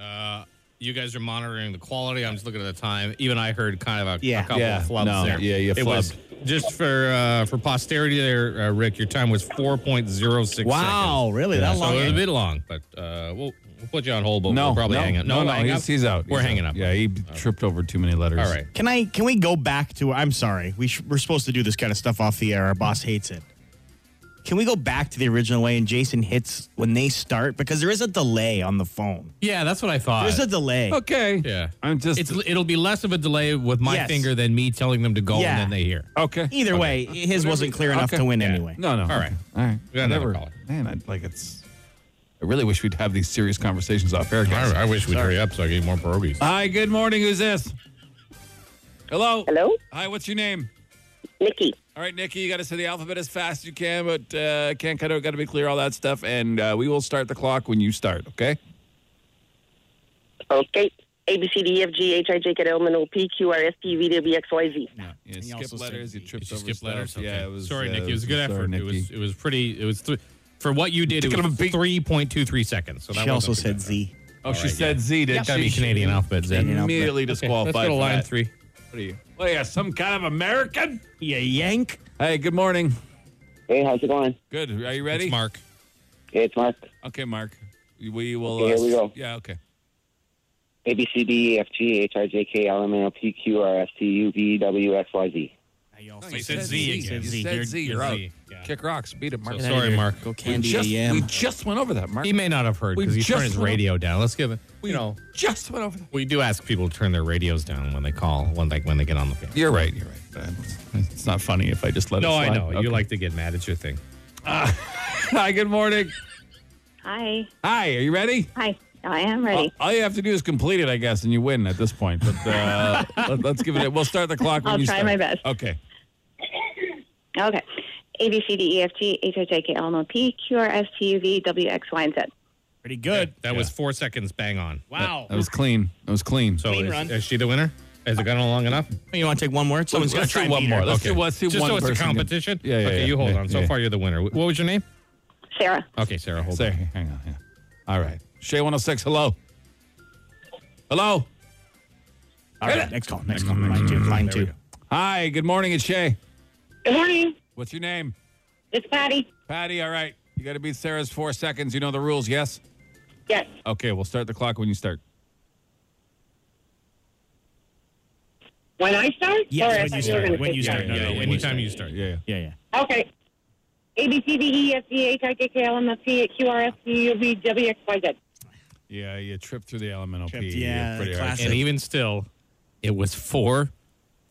[SPEAKER 3] Uh, you guys are monitoring the quality. I'm just looking at the time. Even I heard kind of a, a
[SPEAKER 4] Yeah.
[SPEAKER 3] couple
[SPEAKER 2] Yeah,
[SPEAKER 3] of flubs
[SPEAKER 2] no,
[SPEAKER 3] there.
[SPEAKER 2] yeah, you
[SPEAKER 3] It was just for uh, for posterity there, uh, Rick. Your time was 4.06
[SPEAKER 4] Wow,
[SPEAKER 3] seconds.
[SPEAKER 4] really? That
[SPEAKER 3] so
[SPEAKER 4] long?
[SPEAKER 3] it was a bit long, but uh, we'll, we'll put you on hold. But
[SPEAKER 2] No,
[SPEAKER 3] we'll probably
[SPEAKER 2] no,
[SPEAKER 3] hang up.
[SPEAKER 2] No, no,
[SPEAKER 3] hang
[SPEAKER 2] he's,
[SPEAKER 3] up?
[SPEAKER 2] he's out.
[SPEAKER 3] We're
[SPEAKER 2] He's
[SPEAKER 3] hanging
[SPEAKER 2] out.
[SPEAKER 3] up.
[SPEAKER 2] Yeah, he tripped over too many letters.
[SPEAKER 3] All right.
[SPEAKER 4] Can I? Can we go back to? I'm sorry. We sh- we're supposed to do this kind of stuff off the air. Our boss hates it. Can we go back to the original way and Jason hits when they start because there is a delay on the phone.
[SPEAKER 3] Yeah, that's what I thought.
[SPEAKER 4] There's a delay.
[SPEAKER 2] Okay.
[SPEAKER 3] Yeah.
[SPEAKER 2] I'm just
[SPEAKER 3] it's it'll be less of a delay with my
[SPEAKER 4] Yes.
[SPEAKER 3] finger than me telling them to go
[SPEAKER 4] Yeah.
[SPEAKER 3] and then they hear.
[SPEAKER 2] okay.
[SPEAKER 4] Either way, his wasn't clear enough
[SPEAKER 2] Okay.
[SPEAKER 4] to win
[SPEAKER 3] Yeah.
[SPEAKER 4] anyway.
[SPEAKER 2] No, no.
[SPEAKER 3] All right.
[SPEAKER 2] All right.
[SPEAKER 3] We got another
[SPEAKER 2] Never-
[SPEAKER 3] caller.
[SPEAKER 2] Man, I, like it's. I really wish we'd have these serious conversations off air, guys.
[SPEAKER 3] I, wish we'd hurry up so I get more pierogies.
[SPEAKER 2] Hi. Good morning. Who's this? Hello.
[SPEAKER 11] Hello,
[SPEAKER 2] Hi. What's your name?
[SPEAKER 11] Nikki.
[SPEAKER 2] All right, Nikki. You got to say the alphabet as fast as you can, but uh, can't cut out. Got to be clear. All that stuff, and uh, we will start the clock when you start. Okay.
[SPEAKER 11] Okay. A B C D E F G H I J K L M N O P Q R S T U V W X Y Z.
[SPEAKER 2] You
[SPEAKER 4] And you
[SPEAKER 2] skip
[SPEAKER 4] also said
[SPEAKER 2] letters. You
[SPEAKER 4] you
[SPEAKER 2] tripped
[SPEAKER 3] You
[SPEAKER 2] over
[SPEAKER 3] skip
[SPEAKER 2] stuff.
[SPEAKER 3] letters. Okay.
[SPEAKER 2] Yeah. It was.
[SPEAKER 3] sorry,
[SPEAKER 2] uh,
[SPEAKER 3] Nikki. It was a good
[SPEAKER 2] sorry,
[SPEAKER 3] effort. It
[SPEAKER 2] Nikki.
[SPEAKER 3] was it was pretty. It was th- for what you did. It
[SPEAKER 2] Kind of
[SPEAKER 3] was
[SPEAKER 2] a big-
[SPEAKER 3] three point two three seconds. So that wasn't
[SPEAKER 4] She also
[SPEAKER 3] too
[SPEAKER 4] said
[SPEAKER 3] bad.
[SPEAKER 4] Z.
[SPEAKER 2] Oh, she said Z. Did
[SPEAKER 3] It's gotta be
[SPEAKER 2] she?
[SPEAKER 3] Canadian alphabet. Z.
[SPEAKER 4] Canadian alphabet.
[SPEAKER 2] Immediately
[SPEAKER 3] Let's
[SPEAKER 2] disqualified.
[SPEAKER 3] go to
[SPEAKER 2] for
[SPEAKER 3] line
[SPEAKER 2] that.
[SPEAKER 3] three.
[SPEAKER 2] What are you? Oh yeah, some kind of American.
[SPEAKER 4] You yank.
[SPEAKER 2] Hey, good morning.
[SPEAKER 11] Hey, how's it going?
[SPEAKER 2] Good. Are you ready?
[SPEAKER 3] It's Mark.
[SPEAKER 11] Hey, it's Mark.
[SPEAKER 2] Okay, Mark. We will.
[SPEAKER 11] Okay,
[SPEAKER 2] uh,
[SPEAKER 11] here we go.
[SPEAKER 2] Yeah. Okay.
[SPEAKER 11] A B C D E F G H I J K L M N O P Q R S T U V W X Y Z.
[SPEAKER 4] you all
[SPEAKER 2] No,
[SPEAKER 4] said
[SPEAKER 2] you said
[SPEAKER 4] Z.
[SPEAKER 2] Z
[SPEAKER 4] You
[SPEAKER 2] again.
[SPEAKER 4] said
[SPEAKER 2] You
[SPEAKER 4] Z.
[SPEAKER 2] said
[SPEAKER 4] You're-
[SPEAKER 2] Z.
[SPEAKER 4] you're
[SPEAKER 2] You're out.
[SPEAKER 4] Z. Yeah.
[SPEAKER 2] Kick rocks. Beat it, Mark.
[SPEAKER 4] So sorry, Mark. Go Candy
[SPEAKER 2] we just,
[SPEAKER 4] a yam.
[SPEAKER 2] We just went over that, Mark.
[SPEAKER 3] He may not have heard
[SPEAKER 2] We
[SPEAKER 3] because he
[SPEAKER 2] just
[SPEAKER 3] turned his
[SPEAKER 2] went
[SPEAKER 3] radio down. Let's give it.
[SPEAKER 2] We
[SPEAKER 3] you know,
[SPEAKER 2] just went over that.
[SPEAKER 3] we do ask people to turn their radios down when they call, when like when they get on the. Phone.
[SPEAKER 2] You're right. You're right. But It's not funny if I just let
[SPEAKER 3] No,
[SPEAKER 2] it
[SPEAKER 3] I
[SPEAKER 2] slide.
[SPEAKER 3] know you like to get mad. It's your thing.
[SPEAKER 2] Hi, good morning.
[SPEAKER 12] Hi.
[SPEAKER 2] Hi, are you ready?
[SPEAKER 12] Hi. I am ready.
[SPEAKER 2] All you have to do is complete it, I guess, and you win at this point. But uh, let, us give it. A, we'll start the clock when
[SPEAKER 12] I'll
[SPEAKER 2] you
[SPEAKER 12] try
[SPEAKER 2] start.
[SPEAKER 12] my best.
[SPEAKER 2] Okay.
[SPEAKER 12] okay. A B C D E F G H I J K L M N O P Q R S T U V W X Y and Z.
[SPEAKER 4] Pretty good.
[SPEAKER 3] That was four seconds bang on.
[SPEAKER 4] Wow.
[SPEAKER 2] That was clean. That was clean.
[SPEAKER 3] So
[SPEAKER 4] Clean
[SPEAKER 3] is,
[SPEAKER 4] run.
[SPEAKER 3] is she the winner? Has it gone on long enough?
[SPEAKER 4] You want to take one more? Someone's going to
[SPEAKER 2] Let's
[SPEAKER 4] try
[SPEAKER 2] do one
[SPEAKER 4] and beat
[SPEAKER 2] more.
[SPEAKER 4] her.
[SPEAKER 2] Let's do let's do
[SPEAKER 3] Just
[SPEAKER 2] one
[SPEAKER 3] so it's a
[SPEAKER 2] person.
[SPEAKER 3] competition.
[SPEAKER 2] Yeah, yeah,
[SPEAKER 3] okay,
[SPEAKER 2] yeah,
[SPEAKER 3] you hold
[SPEAKER 2] yeah,
[SPEAKER 3] on. So
[SPEAKER 2] yeah.
[SPEAKER 3] far, you're the winner. Wh- What was your name?
[SPEAKER 12] Sarah.
[SPEAKER 3] Okay, Sarah. Hold
[SPEAKER 2] Say,
[SPEAKER 3] on.
[SPEAKER 2] hang on. Yeah. All right. Shay 106, hello. Hello.
[SPEAKER 4] All right. Next call. Next call. Line two. Line two.
[SPEAKER 2] Hi, good morning. It's Shay.
[SPEAKER 11] Good morning.
[SPEAKER 2] What's your name?
[SPEAKER 11] It's Patty.
[SPEAKER 2] Patty, all right. You got to beat Sarah's four seconds. You know the rules, yes?
[SPEAKER 11] Yes.
[SPEAKER 2] Okay, we'll start the clock when you start.
[SPEAKER 11] When I start? Or
[SPEAKER 4] Yes.
[SPEAKER 11] if I
[SPEAKER 4] When you
[SPEAKER 11] do it in
[SPEAKER 4] start. When
[SPEAKER 11] the
[SPEAKER 4] you start.
[SPEAKER 11] future?
[SPEAKER 4] No, no,
[SPEAKER 3] Yeah,
[SPEAKER 4] when you
[SPEAKER 3] anytime
[SPEAKER 4] start.
[SPEAKER 3] you start.
[SPEAKER 2] Yeah, yeah.
[SPEAKER 4] Yeah, yeah.
[SPEAKER 11] Okay. A B C D E F G H I J K L M N O P Q R S T U V W X Y Z.
[SPEAKER 2] Yeah, you tripped through the elemental
[SPEAKER 4] Tripped,
[SPEAKER 2] P.
[SPEAKER 4] yeah,
[SPEAKER 2] pretty hard.
[SPEAKER 4] classic.
[SPEAKER 3] And even still, it was four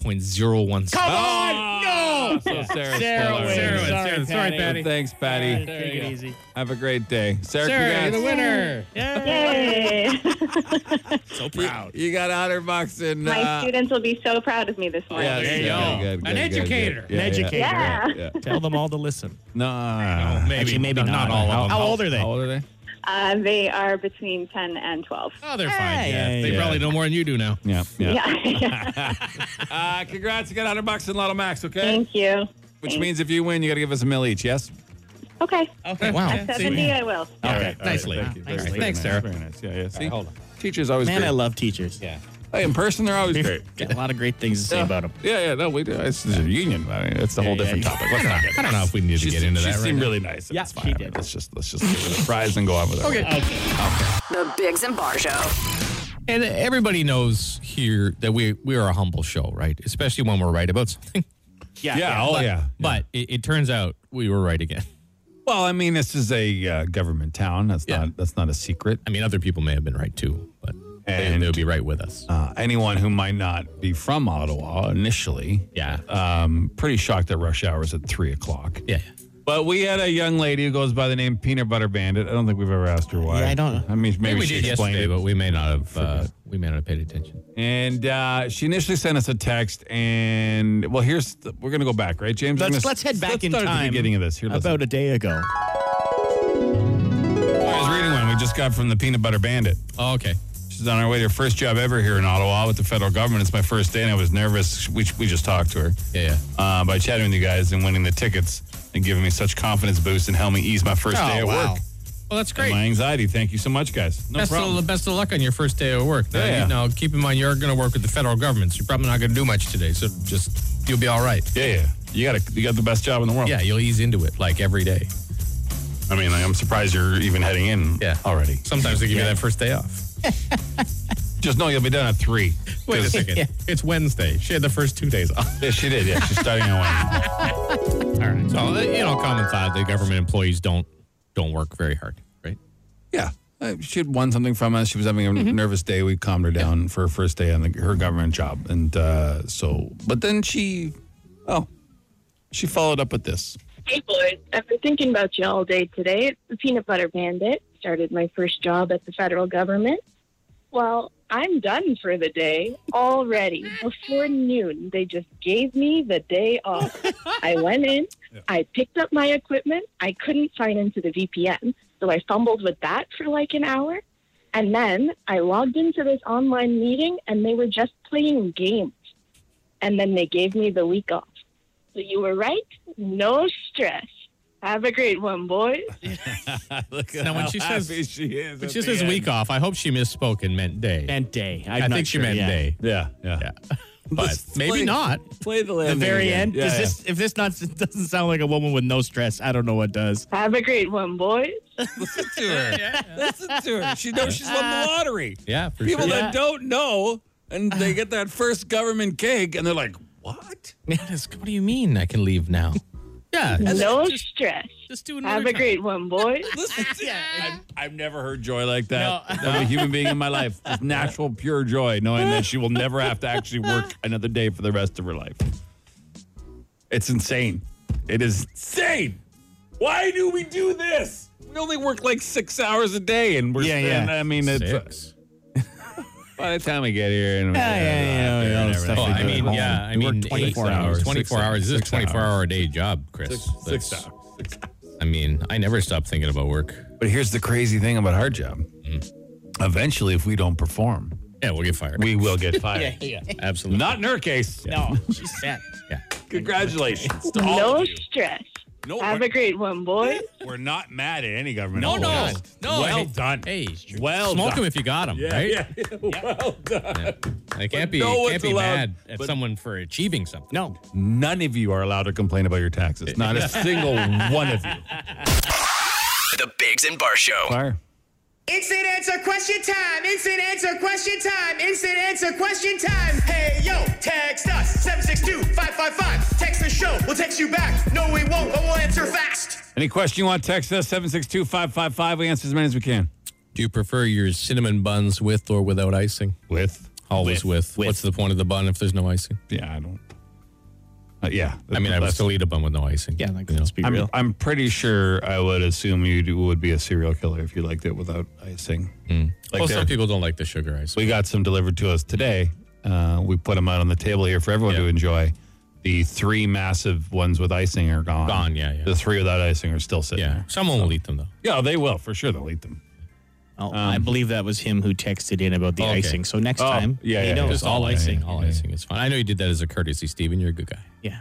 [SPEAKER 3] point zero one.
[SPEAKER 4] Come on.
[SPEAKER 2] Oh,
[SPEAKER 4] No.
[SPEAKER 2] so Sarah, still
[SPEAKER 4] Sarah
[SPEAKER 2] our
[SPEAKER 4] wins.
[SPEAKER 3] Sarah
[SPEAKER 2] winner.
[SPEAKER 4] Sorry,
[SPEAKER 3] wins. Sarah, sorry,
[SPEAKER 4] Patty.
[SPEAKER 3] Patty.
[SPEAKER 2] Thanks, Patty.
[SPEAKER 4] Take it easy.
[SPEAKER 2] Have a great day. Sarah,
[SPEAKER 3] Sarah, you're
[SPEAKER 2] congrats.
[SPEAKER 3] the winner.
[SPEAKER 12] Yay.
[SPEAKER 4] So proud.
[SPEAKER 2] You got 100 bucks in.
[SPEAKER 12] My
[SPEAKER 2] Uh,
[SPEAKER 12] students will be so proud of me this
[SPEAKER 13] Oh,
[SPEAKER 12] morning.
[SPEAKER 2] yes,
[SPEAKER 4] There you
[SPEAKER 2] yeah,
[SPEAKER 4] go.
[SPEAKER 2] good,
[SPEAKER 3] An
[SPEAKER 2] good, good, good.
[SPEAKER 3] educator.
[SPEAKER 2] Yeah,
[SPEAKER 4] An educator.
[SPEAKER 12] Yeah.
[SPEAKER 2] Yeah. yeah.
[SPEAKER 4] Tell them all to listen.
[SPEAKER 2] No,
[SPEAKER 3] maybe,
[SPEAKER 4] Actually, maybe
[SPEAKER 3] not,
[SPEAKER 4] not.
[SPEAKER 3] all
[SPEAKER 4] How-
[SPEAKER 3] of them.
[SPEAKER 4] how old are they?
[SPEAKER 2] How old are they?
[SPEAKER 12] Uh, they are between 10 and 12.
[SPEAKER 3] Oh, they're
[SPEAKER 4] Yeah,
[SPEAKER 3] fine. Yeah,
[SPEAKER 4] yeah,
[SPEAKER 3] they
[SPEAKER 2] yeah.
[SPEAKER 3] probably know more than you do now.
[SPEAKER 2] Yeah,
[SPEAKER 12] Yeah.
[SPEAKER 2] Uh, congrats, you got 100 bucks in Lotto Max, okay?
[SPEAKER 12] Thank you.
[SPEAKER 2] Which
[SPEAKER 12] Thanks.
[SPEAKER 2] means if you win, you got to give us a mill each, yes?
[SPEAKER 12] Okay.
[SPEAKER 4] Okay. Wow.
[SPEAKER 12] At 70, I will.
[SPEAKER 4] All right.
[SPEAKER 3] Nicely.
[SPEAKER 4] Wow,
[SPEAKER 3] Thank you.
[SPEAKER 4] nicely.
[SPEAKER 3] All right. Thanks, Sarah.
[SPEAKER 2] Very nice. Yeah, yeah. See,
[SPEAKER 3] hold on.
[SPEAKER 2] Teachers always
[SPEAKER 4] Man,
[SPEAKER 2] great.
[SPEAKER 4] I love teachers.
[SPEAKER 3] Yeah.
[SPEAKER 2] hey, in person, they're always great.
[SPEAKER 4] Got a lot of great things to say
[SPEAKER 2] Yeah.
[SPEAKER 4] about them.
[SPEAKER 2] Yeah, yeah, no, we do. It's, it's a union. I mean, it's a whole
[SPEAKER 4] yeah,
[SPEAKER 2] different
[SPEAKER 4] yeah.
[SPEAKER 2] topic. Let's not get
[SPEAKER 3] I don't know if we need to
[SPEAKER 2] She
[SPEAKER 3] get
[SPEAKER 2] se-
[SPEAKER 3] into
[SPEAKER 2] she
[SPEAKER 3] that right
[SPEAKER 2] seemed
[SPEAKER 3] now.
[SPEAKER 2] really nice.
[SPEAKER 4] Yeah,
[SPEAKER 2] it's
[SPEAKER 4] she
[SPEAKER 2] fine. I mean,
[SPEAKER 4] did.
[SPEAKER 2] let's just let's just give her the prize and go on with it. Okay.
[SPEAKER 14] The Bigs and Bar Show.
[SPEAKER 3] And everybody knows here that we we are a humble show, right? Especially when we're right about something.
[SPEAKER 4] Yeah.
[SPEAKER 2] Yeah. Oh
[SPEAKER 3] but,
[SPEAKER 2] yeah.
[SPEAKER 3] But it, it turns out we were right again.
[SPEAKER 2] Well, I mean, this is a uh, government town. That's
[SPEAKER 3] Yeah.
[SPEAKER 2] not that's not a secret.
[SPEAKER 3] I mean, other people may have been right too, but they,
[SPEAKER 2] And-
[SPEAKER 3] they would be right with us.
[SPEAKER 2] Uh, anyone who might not be from Ottawa initially,
[SPEAKER 3] yeah.
[SPEAKER 2] um, pretty shocked that rush hour is at three o'clock.
[SPEAKER 3] Uh, yeah.
[SPEAKER 2] But we had a young lady who goes by the name Peanut Butter Bandit. I don't think we've ever asked her why.
[SPEAKER 4] Yeah, I don't-
[SPEAKER 2] I mean, maybe
[SPEAKER 3] we
[SPEAKER 2] she
[SPEAKER 3] did
[SPEAKER 2] explained
[SPEAKER 3] yesterday,
[SPEAKER 2] it.
[SPEAKER 3] but we may not have uh, we may not have paid attention.
[SPEAKER 2] And uh, she initially sent us a text, and well, here's the, we're gonna go back, right, James? We're
[SPEAKER 4] Let's
[SPEAKER 2] gonna-
[SPEAKER 4] let's head back
[SPEAKER 2] let's
[SPEAKER 4] in
[SPEAKER 2] start
[SPEAKER 4] time.
[SPEAKER 2] At the beginning of this, here, listen.
[SPEAKER 4] about a day ago.
[SPEAKER 2] I was reading one we just got from the Peanut Butter Bandit.
[SPEAKER 3] Oh, okay.
[SPEAKER 2] She's on her way to her first job ever here in Ottawa with the federal government. It's my first day, and I was nervous. We, we just talked to her
[SPEAKER 3] Yeah, yeah.
[SPEAKER 2] uh, by chatting with you guys and winning the tickets and giving me such confidence boost and helped me ease my first
[SPEAKER 4] Oh,
[SPEAKER 2] day at
[SPEAKER 4] wow.
[SPEAKER 2] work.
[SPEAKER 3] Well, that's
[SPEAKER 2] and
[SPEAKER 3] great.
[SPEAKER 2] My anxiety. Thank you so much, guys. No
[SPEAKER 3] best
[SPEAKER 2] problem.
[SPEAKER 3] of best of luck on your first day of work. Now,
[SPEAKER 2] Yeah,
[SPEAKER 3] you-
[SPEAKER 2] yeah.
[SPEAKER 3] now, keep in mind you're going to work with the federal government, so you're probably not going to do much today. So just you'll be all right.
[SPEAKER 2] yeah, yeah. You got a, you got the best job in the world.
[SPEAKER 3] Yeah, you'll ease into it like every day.
[SPEAKER 2] I mean, like, I'm surprised you're even heading in.
[SPEAKER 3] Yeah.
[SPEAKER 2] Already.
[SPEAKER 3] Sometimes they give you that first day off.
[SPEAKER 2] Just know you'll be done at three.
[SPEAKER 3] Wait a
[SPEAKER 2] 'Cause-
[SPEAKER 3] second. It's Wednesday. She had the first two days off.
[SPEAKER 2] Yeah, she did. Yeah, she's starting on Wednesday.
[SPEAKER 3] All right. So uh, you know, common thought that government employees don't don't work very hard, right? Mm-hmm.
[SPEAKER 2] Yeah. Uh, She had won something from us. She was having a nervous day. We calmed her down for her first day on the, her government job. And uh, so, but then she, oh, she followed up with this.
[SPEAKER 13] Hey, boys. I've been thinking about you all day today. It's the Peanut Butter Bandit. Started my first job at the federal government. Well, I'm done for the day already. Before noon, they just gave me the day off. I went in, I picked up my equipment. I couldn't sign into the VPN, so I fumbled with that for like an hour. And then I logged into this online meeting, and they were just playing games. And then they gave me the week off. So you were right. No stress. Have a great one, boys.
[SPEAKER 2] Look
[SPEAKER 3] Now, when she says-
[SPEAKER 2] she is,
[SPEAKER 3] But
[SPEAKER 2] at
[SPEAKER 3] she
[SPEAKER 2] the
[SPEAKER 3] says
[SPEAKER 2] end.
[SPEAKER 3] week off. I hope she misspoke and meant day.
[SPEAKER 4] Meant day.
[SPEAKER 3] I
[SPEAKER 4] I'm
[SPEAKER 3] think
[SPEAKER 4] not
[SPEAKER 3] she
[SPEAKER 4] sure.
[SPEAKER 3] meant
[SPEAKER 4] Yeah.
[SPEAKER 3] day,
[SPEAKER 2] Yeah, yeah,
[SPEAKER 3] Yeah. but
[SPEAKER 2] Let's
[SPEAKER 3] maybe
[SPEAKER 2] play-
[SPEAKER 3] not.
[SPEAKER 2] Play the
[SPEAKER 4] The
[SPEAKER 2] landing
[SPEAKER 4] very
[SPEAKER 2] again.
[SPEAKER 4] end.
[SPEAKER 2] Yeah,
[SPEAKER 4] is
[SPEAKER 2] yeah.
[SPEAKER 4] this if this not doesn't sound like a woman with no stress? I don't know what does.
[SPEAKER 13] Have a great one, boys.
[SPEAKER 2] Listen to her. Listen to her. She knows she's won the lottery.
[SPEAKER 3] Yeah, for
[SPEAKER 2] People
[SPEAKER 3] sure.
[SPEAKER 2] that don't know, and they get that first government gig, and they're like, What?
[SPEAKER 3] what do you mean I can leave now? yeah.
[SPEAKER 13] No stress.
[SPEAKER 3] Just do
[SPEAKER 13] Have a great one, boy.
[SPEAKER 2] I've never heard joy like that of a human being in my life. Just natural, pure joy, knowing that she will never have to actually work another day for the rest of her life. It's insane. It is insane. Why do we do this? We only work like six hours a day, and we're
[SPEAKER 4] Yeah,
[SPEAKER 2] spend-
[SPEAKER 4] yeah.
[SPEAKER 2] I mean, it's by the time we get here, and
[SPEAKER 4] Yeah, yeah, yeah, yeah, all the stuff
[SPEAKER 3] Oh,
[SPEAKER 4] we
[SPEAKER 3] I
[SPEAKER 4] do at
[SPEAKER 3] mean,
[SPEAKER 4] home.
[SPEAKER 3] yeah. I
[SPEAKER 4] We work
[SPEAKER 3] mean,
[SPEAKER 4] 24
[SPEAKER 3] eight
[SPEAKER 4] hours, six
[SPEAKER 3] 24 hours. This is a
[SPEAKER 4] six
[SPEAKER 3] 24 hour a day job, Chris.
[SPEAKER 2] Six-
[SPEAKER 3] That's-
[SPEAKER 2] six hours.
[SPEAKER 3] I mean, I never stop thinking about work.
[SPEAKER 2] But here's the crazy thing about our job. Mm-hmm. Eventually, if we don't perform,
[SPEAKER 3] yeah, we'll get fired.
[SPEAKER 2] We will get fired.
[SPEAKER 4] yeah.
[SPEAKER 3] Absolutely.
[SPEAKER 2] Not in her case.
[SPEAKER 4] No, she's sad.
[SPEAKER 2] Congratulations to all
[SPEAKER 13] No
[SPEAKER 2] of you.
[SPEAKER 13] stress.
[SPEAKER 2] No,
[SPEAKER 13] Have
[SPEAKER 2] we're-
[SPEAKER 13] a great one, boy.
[SPEAKER 2] We're not mad at any government.
[SPEAKER 3] No, no.
[SPEAKER 2] employees.
[SPEAKER 3] No,
[SPEAKER 2] Well
[SPEAKER 3] hey,
[SPEAKER 2] done.
[SPEAKER 3] Hey,
[SPEAKER 2] well
[SPEAKER 3] smoke
[SPEAKER 2] done.
[SPEAKER 3] them if you got them,
[SPEAKER 2] Yeah,
[SPEAKER 3] right?
[SPEAKER 2] yeah, yeah. Well done.
[SPEAKER 3] I
[SPEAKER 2] But
[SPEAKER 3] can't be,
[SPEAKER 2] no one's
[SPEAKER 3] can't be
[SPEAKER 2] allowed-
[SPEAKER 3] mad at
[SPEAKER 2] but-
[SPEAKER 3] someone for achieving something.
[SPEAKER 4] No.
[SPEAKER 2] None of you are allowed to complain about your taxes. Not a single one of you.
[SPEAKER 5] The Bigs and Bar Show.
[SPEAKER 2] Fire.
[SPEAKER 7] Instant answer question time. Instant answer question time. Instant answer question time. Hey yo, text us 762-555. Text the show. We'll text you back. No, we won't, but we'll answer fast.
[SPEAKER 2] Any question you want, text us 762 555. We answer as many as we can.
[SPEAKER 3] Do you prefer your cinnamon buns with or without icing?
[SPEAKER 2] With.
[SPEAKER 3] Always with. What's the point of the bun if there's no icing?
[SPEAKER 2] Yeah, I don't. Uh, yeah.
[SPEAKER 3] I mean, I would still eat a bun with no icing. Yeah, like, let's
[SPEAKER 4] be
[SPEAKER 2] I'm, I'm pretty sure I would assume you would be a serial killer if you liked it without icing. Like
[SPEAKER 3] well,
[SPEAKER 2] there-
[SPEAKER 3] some people don't like the sugar icing.
[SPEAKER 2] We got some delivered to us today. Uh, we put them out on the table here for everyone to enjoy. The three massive ones with icing are gone.
[SPEAKER 3] Gone, yeah, yeah.
[SPEAKER 2] The three without icing are still sitting
[SPEAKER 3] Yeah,
[SPEAKER 2] there.
[SPEAKER 3] someone will eat them though.
[SPEAKER 2] Yeah, they will for sure. They'll eat them.
[SPEAKER 4] Oh, I believe that was him who texted in about the
[SPEAKER 3] Okay.
[SPEAKER 4] icing. So next
[SPEAKER 2] Oh,
[SPEAKER 4] time,
[SPEAKER 2] yeah,
[SPEAKER 4] he
[SPEAKER 2] yeah,
[SPEAKER 4] knows
[SPEAKER 2] just
[SPEAKER 4] all
[SPEAKER 2] all- yeah,
[SPEAKER 4] icing.
[SPEAKER 3] All icing is fine. I know you did that as a courtesy, Steven. You're a good guy.
[SPEAKER 4] Yeah.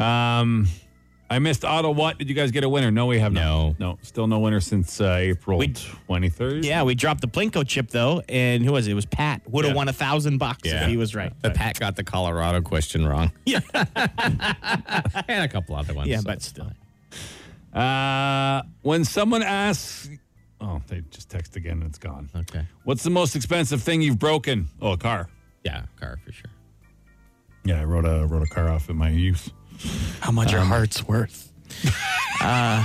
[SPEAKER 2] Um, I missed Auto What. Did you guys get a winner? No, we have
[SPEAKER 3] No.
[SPEAKER 2] not. No, still no winner since uh, April
[SPEAKER 4] We-
[SPEAKER 2] 23rd.
[SPEAKER 4] Yeah, we dropped the Plinko chip though, and who was it? It was Pat. Would have
[SPEAKER 2] Yeah.
[SPEAKER 4] won a thousand bucks
[SPEAKER 3] Yeah.
[SPEAKER 4] if he was right.
[SPEAKER 3] But Pat got the Colorado question wrong.
[SPEAKER 4] Yeah.
[SPEAKER 3] and a couple other ones.
[SPEAKER 4] Yeah,
[SPEAKER 3] so
[SPEAKER 4] but
[SPEAKER 3] it's
[SPEAKER 4] still.
[SPEAKER 3] fine.
[SPEAKER 2] Uh, when someone asks, oh, they just text again and it's gone.
[SPEAKER 3] Okay.
[SPEAKER 2] What's the most expensive thing you've broken? Oh, a car.
[SPEAKER 3] Yeah, car for sure.
[SPEAKER 2] Yeah, I rode a rode a car off in my youth.
[SPEAKER 4] How much your heart's worth? Um, uh,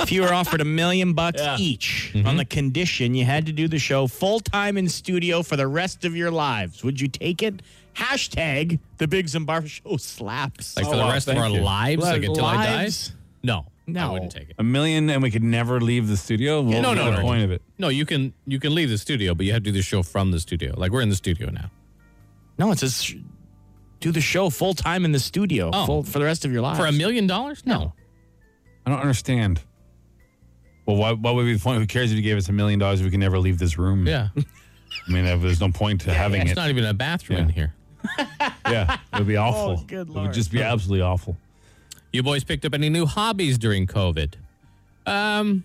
[SPEAKER 4] if you were offered a million bucks each on the condition you had to do the show full time in studio for the rest of your lives, would you take it? Hashtag the Big Zimbar Show slaps.
[SPEAKER 3] Like
[SPEAKER 2] Oh,
[SPEAKER 3] for the
[SPEAKER 2] wow,
[SPEAKER 3] rest of
[SPEAKER 2] thank
[SPEAKER 3] our
[SPEAKER 2] you.
[SPEAKER 3] lives, like
[SPEAKER 4] Li-
[SPEAKER 3] until
[SPEAKER 4] lives?
[SPEAKER 3] I die. No, I
[SPEAKER 4] No.
[SPEAKER 3] wouldn't take it.
[SPEAKER 2] A million, and we could never leave the studio. What
[SPEAKER 3] no,
[SPEAKER 2] was
[SPEAKER 3] no,
[SPEAKER 2] the
[SPEAKER 3] no.
[SPEAKER 2] Point of it.
[SPEAKER 3] No, you can you can leave the studio, but you have to do the show from the studio. Like we're in the studio now.
[SPEAKER 4] No, it says sh- do the show full time in the studio
[SPEAKER 3] Oh.
[SPEAKER 4] full, for the rest of your lives.
[SPEAKER 3] For a million dollars? No.
[SPEAKER 2] I don't understand. Well, why, what would be the point? Who cares if you gave us a million dollars if we can never leave this room?
[SPEAKER 3] Yeah.
[SPEAKER 2] I mean, there's no point to having
[SPEAKER 3] It's
[SPEAKER 2] it.
[SPEAKER 3] not even a bathroom in
[SPEAKER 2] Yeah.
[SPEAKER 3] here.
[SPEAKER 2] yeah, it would be awful.
[SPEAKER 4] Oh, good
[SPEAKER 2] It would
[SPEAKER 4] lord.
[SPEAKER 2] just be absolutely awful.
[SPEAKER 3] You boys picked up any new hobbies during COVID? Um,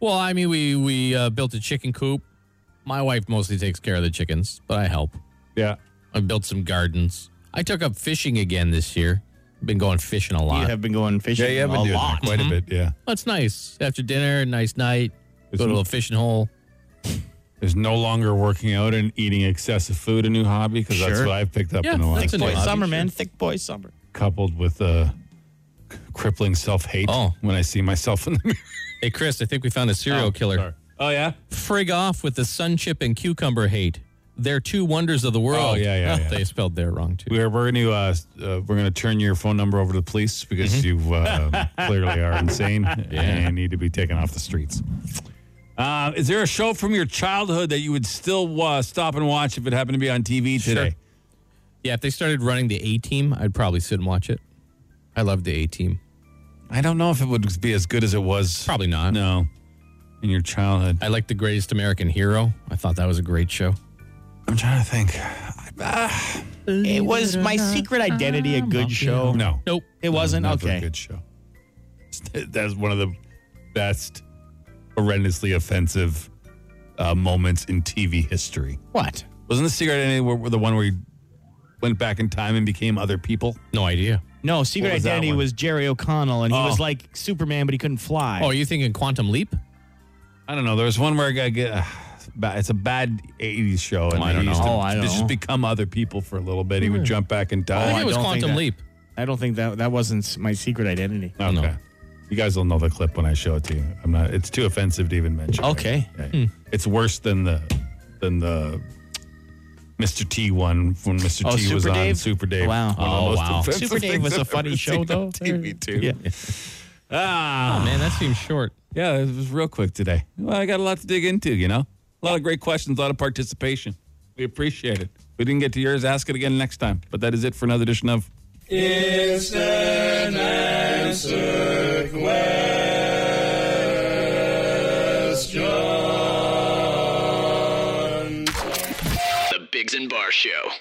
[SPEAKER 3] well, I mean, we we uh, built a chicken coop. My wife mostly takes care of the chickens, but I help.
[SPEAKER 2] Yeah.
[SPEAKER 3] I built some gardens. I took up fishing again this year. Been going fishing a lot.
[SPEAKER 4] You have been going fishing a lot.
[SPEAKER 2] quite a Mm-hmm. bit. Yeah.
[SPEAKER 3] That's nice. After dinner, nice night.
[SPEAKER 2] It's
[SPEAKER 3] go to a
[SPEAKER 2] a-
[SPEAKER 3] little fishing hole.
[SPEAKER 2] There's no longer working out and eating excessive food a new hobby because that's
[SPEAKER 4] Sure.
[SPEAKER 2] what I've picked up
[SPEAKER 3] Yeah,
[SPEAKER 2] in the
[SPEAKER 3] that's
[SPEAKER 2] last
[SPEAKER 3] a new
[SPEAKER 4] Boy,
[SPEAKER 3] hobby.
[SPEAKER 4] summer, man. Thick boy summer.
[SPEAKER 2] coupled with uh, c- crippling self hate
[SPEAKER 3] Oh.
[SPEAKER 2] when I see myself in the mirror.
[SPEAKER 3] Hey, Chris, I think we found a serial killer.
[SPEAKER 2] Oh yeah.
[SPEAKER 3] Frig off with the sun chip and cucumber hate. They're two wonders of the world.
[SPEAKER 2] Oh, yeah, yeah, yeah.
[SPEAKER 3] They spelled their wrong too.
[SPEAKER 2] We're we're gonna uh, s- uh, we're gonna turn your phone number over to the police because you uh, clearly are insane and need to be taken off the streets. Uh, is there a show from your childhood that you would still uh, stop and watch if it happened to be on TV
[SPEAKER 3] Sure.
[SPEAKER 2] today?
[SPEAKER 3] Yeah, if they started running the A team, I'd probably sit and watch it. I love the A team.
[SPEAKER 2] I don't know if it would be as good as it was.
[SPEAKER 3] Probably not.
[SPEAKER 2] No, in your childhood.
[SPEAKER 3] I like the Greatest American Hero. I thought that was a great show.
[SPEAKER 2] I'm trying to think.
[SPEAKER 4] It was my secret identity a good show.
[SPEAKER 2] Oh, No,
[SPEAKER 3] Nope.
[SPEAKER 4] It wasn't?
[SPEAKER 2] Never a
[SPEAKER 4] okay.
[SPEAKER 2] good show. That's one of the best, horrendously offensive uh, moments in TV history.
[SPEAKER 4] What?
[SPEAKER 2] Wasn't the secret identity where, where the one where he went back in time and became other people?
[SPEAKER 3] No idea.
[SPEAKER 4] No, Secret
[SPEAKER 2] What was that
[SPEAKER 4] Identity
[SPEAKER 2] one?
[SPEAKER 4] was Jerry O'Connell, and he
[SPEAKER 2] Oh.
[SPEAKER 4] was like Superman, but he couldn't fly.
[SPEAKER 3] Oh, are you thinking Oh, Quantum Leap?
[SPEAKER 2] I don't know. There was one where a guy get, uh, ba- it's a bad '80s show, and
[SPEAKER 4] I
[SPEAKER 2] he
[SPEAKER 4] don't
[SPEAKER 2] used
[SPEAKER 4] know.
[SPEAKER 2] to
[SPEAKER 4] Oh, I don't
[SPEAKER 2] just
[SPEAKER 4] know.
[SPEAKER 2] become other people for a little bit. He would
[SPEAKER 4] Yeah.
[SPEAKER 2] jump back and die.
[SPEAKER 4] Oh, don't that- I don't think that that wasn't my secret identity.
[SPEAKER 2] Okay. You guys will know the clip when I show it to you. I'm not. It's too offensive to even mention.
[SPEAKER 4] Okay. Hmm.
[SPEAKER 2] Okay. It's worse than the than the Mr. T one when Mr.
[SPEAKER 4] Oh,
[SPEAKER 2] T was
[SPEAKER 4] Super
[SPEAKER 2] on
[SPEAKER 4] Dave?
[SPEAKER 2] Super Dave.
[SPEAKER 4] Wow.
[SPEAKER 2] One of the
[SPEAKER 4] Oh,
[SPEAKER 2] most
[SPEAKER 4] wow.
[SPEAKER 2] offensive
[SPEAKER 4] Super Dave
[SPEAKER 2] things
[SPEAKER 4] was a
[SPEAKER 2] I've
[SPEAKER 4] funny
[SPEAKER 2] ever
[SPEAKER 4] show,
[SPEAKER 2] seen on
[SPEAKER 4] though.
[SPEAKER 2] TV too.
[SPEAKER 4] Yeah.
[SPEAKER 2] Ah,
[SPEAKER 3] Oh, man, that seems short.
[SPEAKER 2] Yeah, it was real quick today. Well, I got a lot to dig into, you know? A lot of great questions, a lot of participation. We appreciate it. If we didn't get to yours, ask it again next time. But that is it for another edition of
[SPEAKER 7] It's an answer question.
[SPEAKER 5] The Biggs and Bar Show.